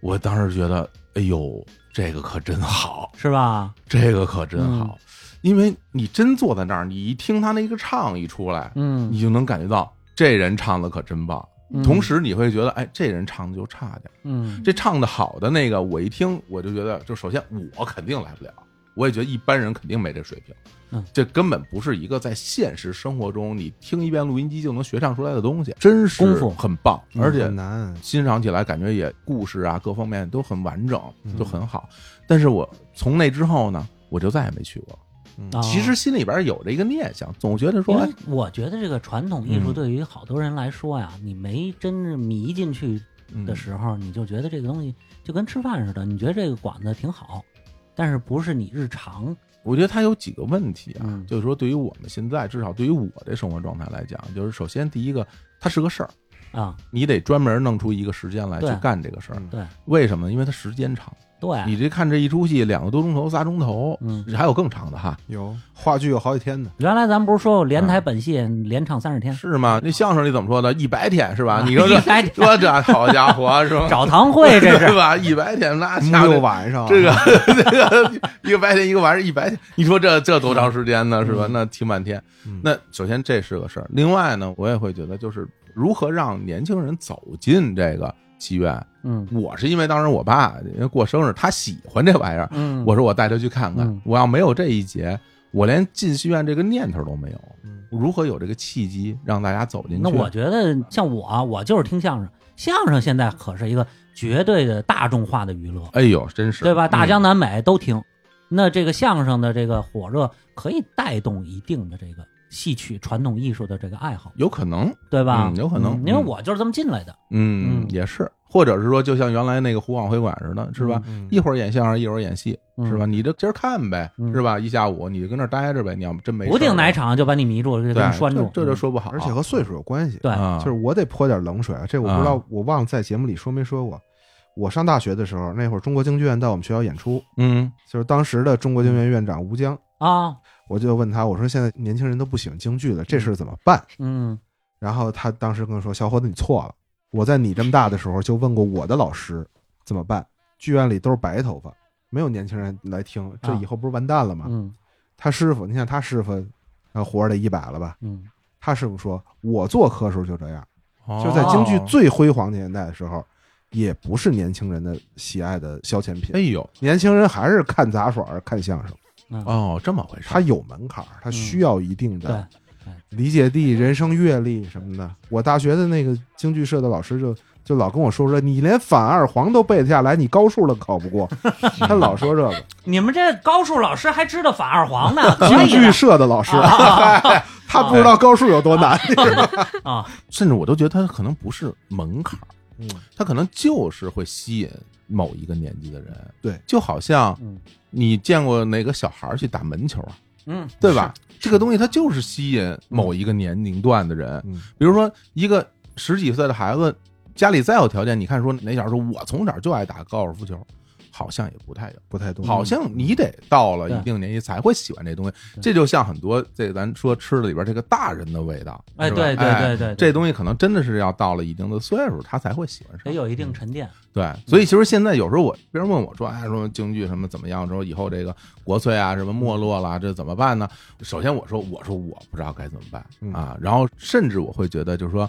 A: 我当时觉得，哎呦，这个可真好，
B: 是吧？嗯
A: 这个可真好。因为你真坐在那儿，你一听他那个唱一出来，
B: 嗯，
A: 你就能感觉到这人唱的可真棒。同
B: 时，
A: 时你会觉得，哎，这人唱的就差点儿。
B: 嗯
A: 这唱的好的那个，我一听我就觉得，就首先我肯定来不了，我也觉得一般人肯定没这水平。
B: 嗯，
A: 这根本不是一个在现实生活中你听一遍录音机就能学唱出来的东西，
C: 真是嗯
B: 功夫
A: 很棒，而且
C: 很难，
A: 欣赏起来感觉也故事啊各方面都很完整，
C: 嗯
A: 就很好。但是我从那之后呢，我就再也没去过了。
C: 哦
B: 啊
A: 其实心里边有这个念想，总觉得说
B: 因
A: 哎
B: 为我觉得这个传统艺术
A: 嗯
B: 对于好多人来说呀，你没真是迷进去的时候，你就觉得这个东西就跟吃饭似的，你觉得这个馆子挺好，但是不是你日常，
A: 我觉得它有几个问题啊，
B: 嗯
A: 就是说对于我们现在，至少对于我这生活状态来讲，就是首先第一个，它是个事儿，
B: 啊，
A: 你得专门弄出一个时间来去
B: 对
A: 干这个事儿。
C: 嗯
B: 对
A: 为什么呢？因为它时间长，
B: 对，啊
A: 你这看这一出戏两个多钟头、仨钟头，
B: 嗯，
A: 还有更长的哈，
C: 有话剧有好几天呢，
B: 原来咱们不是说过连台本戏连唱三十天
A: 啊是吗？那相声里怎么说的？一百天是吧？你 说
B: 一
A: 这
B: 百天
A: 说这好家伙是吧？
B: 啊找堂会这
A: 是
B: 是，嗯
A: 吧？一百天那
C: 周
A: 下
C: 六
A: 的
C: 晚
B: 啊
C: 上
A: 哎这个 这个一个白天一个晚上一白天，你说这这多长时间呢？是吧？那听半天
C: 嗯。
A: 那首先这是个事儿，另外呢，我也会觉得就是如何让年轻人走进这个戏院。
B: 嗯
A: 我是因为当时我爸因为过生日，他喜欢这玩意儿，
B: 嗯，
A: 我说我带他去看看
B: 嗯。
A: 我要没有这一节，我连进戏院这个念头都没有
C: 嗯。
A: 如何有这个契机让大家走进去？
B: 那我觉得像我啊，我就是听相声，相声现在可是一个绝对的大众化的娱乐，
A: 哎呦，真是
B: 对吧？大江
A: 嗯
B: 南北都听，那这个相声的这个火热可以带动一定的这个戏曲传统艺术的这个爱好，
A: 有可能，
B: 对吧？
A: 嗯有可能
B: 嗯因为
A: 嗯
B: 我就是这么进来的。
A: 嗯
B: 嗯，
A: 也是，或者是说，就像原来那个湖广会馆似的，是吧？
C: 嗯
A: 一会儿演相声，一会儿演戏，
B: 嗯
A: 是吧？你就今儿看呗，
B: 嗯
A: 是吧？一下午你就跟那儿待着呗，你要真没事儿
B: 不定哪
A: 了
B: 场就把你迷住，就给
A: 对
B: 你拴住。嗯
A: 这这就说不好，
C: 而且和岁数有关系，
B: 对
A: 啊，
C: 就是我得泼点冷水啊，这我不知道，我忘了在节目里说没说过。我上大学的时候，那会儿中国京剧院到我们学校演出，
A: 嗯
C: 就是当时的中国京剧院院长吴江，
B: 啊，
C: 我就问他，我说现在年轻人都不喜欢京剧了，这事儿怎么办？
B: 嗯
C: 然后他当时跟我说，小伙子你错了，我在你这么大的时候就问过我的老师怎么办，剧院里都是白头发，没有年轻人来听，这
B: 啊
C: 以后不是完蛋了吗？
B: 嗯
C: 他师傅，你想他师傅，呃，活着得一百了吧？
B: 嗯，
C: 他师傅说，我做科时候就这样。
A: 哦
C: 就在京剧最辉煌的年代的时候，也不是年轻人的喜爱的消遣
A: 哎
C: 品。
A: 呦
C: 年轻人还是看杂耍儿、看相声，
B: 嗯
A: 哦，这么回事儿，
C: 他有门槛儿，他
A: 嗯
C: 需要一定
B: 对
C: 的，理解力、人生阅历什么的。我大学的那个京剧社的老师就就老跟我说说，你连反二黄都背得下来，你高数都考不过。他老说这个
B: 你们这高数老师还知道反二黄 呢，可
C: 京
B: 以的
C: 剧社的老师，
B: 哎啊
C: 他不知道高数有多难。你知道吗
B: 啊，
A: 甚至我都觉得他可能不是门槛儿，
C: 嗯
A: 他可能就是会吸引某一个年纪的人。
C: 对，
A: 就好像
B: 嗯
A: 你见过哪个小孩儿去打门球啊，
B: 嗯
A: 对吧？这个东西它就是吸引某一个年龄段的人，
C: 嗯
A: 比如说一个十几岁的孩子，家里再有条件，你看说哪小孩说我从小就爱打高尔夫球，好像也不太有。
C: 不太
B: 嗯
C: 懂。
A: 好像你得到了
B: 对
A: 一定年纪才会喜欢这东西，
B: 对
A: 这就像很多这咱说吃的里边这个大人的味道，
B: 哎，
A: 是吧
B: 对对
A: 哎
B: 对对，
A: 这
B: 东
A: 东西可能真的是要到了一定的岁数，他才会喜欢
B: 得
A: 上。
B: 有一定沉淀。
A: 对，所以其实现在有时候我别人问我说，哎，说京剧什么怎么样？之后以后这个国粹啊什么没落了，这怎么办呢？首先我说，我说我不知道该怎么办
C: 嗯
A: 啊。然后甚至我会觉得，就是说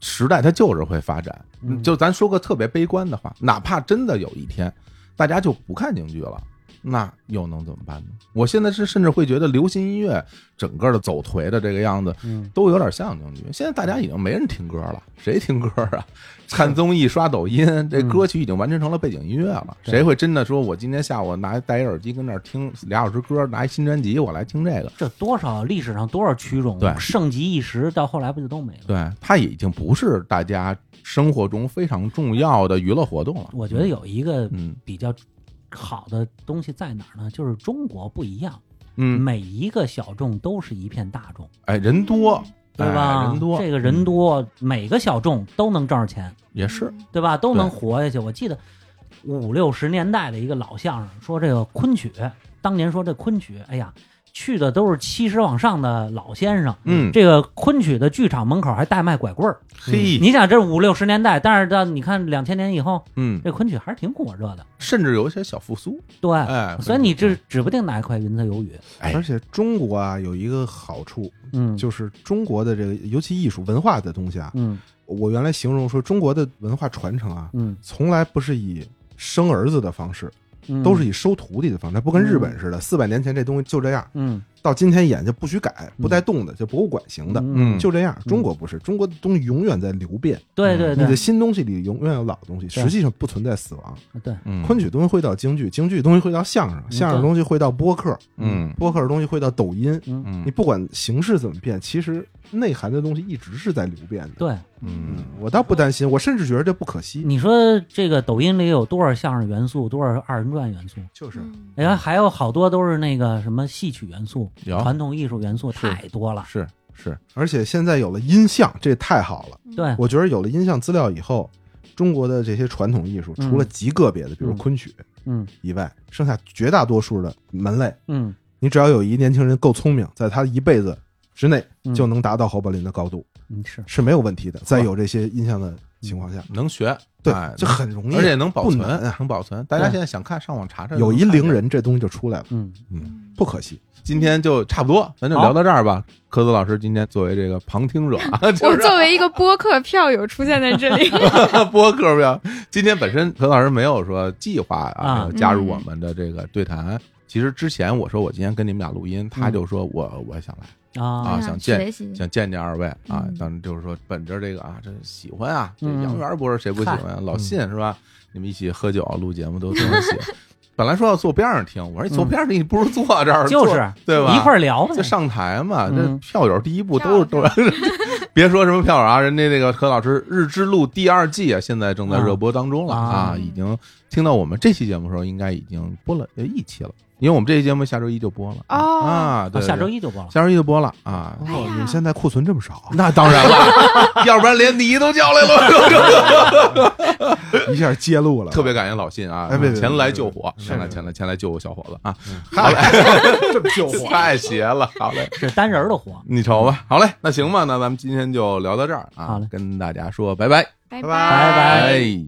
A: 时代它就是会发展
B: 嗯。
A: 就咱说个特别悲观的话，哪怕真的有一天大家就不看京剧了。那又能怎么办呢？我现在是甚至会觉得流行音乐整个的走颓的这个样子，
B: 嗯，
A: 都有点像京剧。现在大家已经没人听歌了，谁听歌啊？看综艺、刷抖音，这歌曲已经完成成了背景音乐了。
B: 嗯对
A: 谁会真的说我今天下午拿戴一耳机跟那儿听俩小时歌，拿一新专辑我来听这个？
B: 这多少历史上多少曲种，
A: 对
B: 盛极一时，到后来不就都没了？
A: 对，它也已经不是大家生活中非常重要的娱乐活动了。
B: 我觉得，有一个
A: 嗯
B: 比较好的东西在哪儿呢？就是中国不一样，
A: 嗯，
B: 每一个小众都是一片大众，
A: 哎，人多，
B: 对吧？
A: 哎人多，嗯
B: 这个人多，每个小众都能挣着钱，
A: 也是，
B: 对吧？都能活下去。我记得五六十年代的一个老相声说，这个昆曲，当年说这昆曲，哎呀，去的都是七十往上的老先生。
A: 嗯，
B: 这个昆曲的剧场门口还代卖拐棍儿，
A: 嘿，
B: 你想这五六十年代，但是到你看两千年以后，
A: 嗯，
B: 这昆曲还是挺火热的。
A: 甚至有一些小复苏，
B: 对，
A: 哎，
B: 所以你这指不定哪一块云彩有雨。
A: 哎
C: 嗯而且中国啊有一个好处，
B: 嗯，
C: 就是中国的这个，尤其艺术文化的东西啊，
B: 嗯
C: 我原来形容说中国的文化传承啊，
B: 嗯，
C: 从来不是以生儿子的方式，
B: 嗯
C: 都是以收徒弟的方式，它不跟日本似的，四百年前这东西就这样，
B: 嗯
C: 到今天演就不许改，
B: 嗯
C: 不带动的，就博物馆型的，
A: 嗯
C: 就这样。中国不是，中国的东西永远在流变，
B: 对
A: 嗯
B: 对
C: 你的
B: 对
C: 新东西里永远有老东西，
B: 对啊
C: 实际上不存在死亡。
B: 对，
A: 嗯
C: 昆曲东西会到京剧，京剧东西会到相声，相声
B: 嗯对
C: 东西会到播客，
A: 嗯
C: 播客的东西会到抖音。
B: 嗯
A: 嗯
C: 你不管形式怎么变，其实内涵的东西一直是在流变的。，
B: 对。嗯
A: 嗯
C: 嗯，我倒不担心，我甚至觉得这不可惜。
B: 你说这个抖音里有多少相声元素，多少二人转元素？
C: 就是
D: 嗯
B: 然后还有好多都是那个什么戏曲元素、
A: 有
B: 传统艺术元素
A: 是
B: 太多了。
A: 是是，
C: 而且现在有了音像，这太好了。
B: 对，
C: 我觉得有了音像资料以后，中国的这些传统艺术，
B: 嗯
C: 除了极个别的，比如
B: 嗯
C: 昆曲
B: 嗯
C: 以外，剩下绝大多数的门类，
B: 嗯
C: 你只要有一年轻人够聪明，在他一辈子之内
B: 嗯
C: 就能达到侯宝林的高度，
B: 嗯是
C: 是没有问题的。在有这些音像的情况下，
A: 能学，
C: 对
A: 哎，
C: 这很容易，
A: 嗯而且能保存
C: 不难啊，
A: 能保存。大家
B: 对
A: 现在想看，上网查查。
C: 有一
A: 能看见
C: 伶，人，这东西就出来了，
B: 嗯
A: 哎
C: 不可惜。
A: 今天就差不多，咱就
B: 好
A: 聊到这儿吧。科子老师今天作为这个旁听者啊， 就
D: 我
A: 是
D: 作为一个播客票友出现在这里，
A: 播客表，今天本身何老师没有说计划啊
B: 啊
A: 加入我们的这个对谈。其实之前我说我今天跟你们俩录音，他就说我我想来
B: 啊
A: 啊，想见
D: 嗯学习
A: 想见见二位啊
D: 嗯。
A: 当然就是说本着这个啊，这喜欢啊，这
B: 嗯
A: 杨元博士谁不喜欢啊？老信是吧？你们一起喝酒啊录节目都这么喜欢。 本来说要坐边上听，我说你坐边上听，你不如坐这儿，
B: 就
A: 坐
B: 是
A: 对吧？
B: 一块儿聊呗
A: 就。上台嘛，这
B: 嗯
A: 票友第一步都是都
D: 票，
A: 别说什么票友啊，人家那个何老师《日之路》第二季啊，现在正在热播当中了啊，
B: 啊
A: 已经听到我们这期节目的时候，应该已经播了呃一期了，因为我们这期节目下周一就播了啊
D: 哦
A: 啊，对，
B: 啊下周
A: 一
B: 一就播了。
A: 下周一就播了啊。
D: 哎呀
C: 哦你们现在库存这么 少，
A: 那当然了，要不然连你都叫来了。
C: 一下揭露了，
A: 特 别感谢老信啊
C: 哎别别，别
A: 前来救火，
C: 是
A: 前来前来前来救我小伙子啊！
C: 好嘞，这么救我。
A: 太邪了，好嘞。
B: 是单人儿的活。
A: 你瞅吧，好嘞，那行吧，那咱们今天就聊到这儿啊，
B: 好嘞
A: 跟大家说拜拜，
D: 拜
C: 拜
D: 拜
C: 拜
B: 拜
A: 哎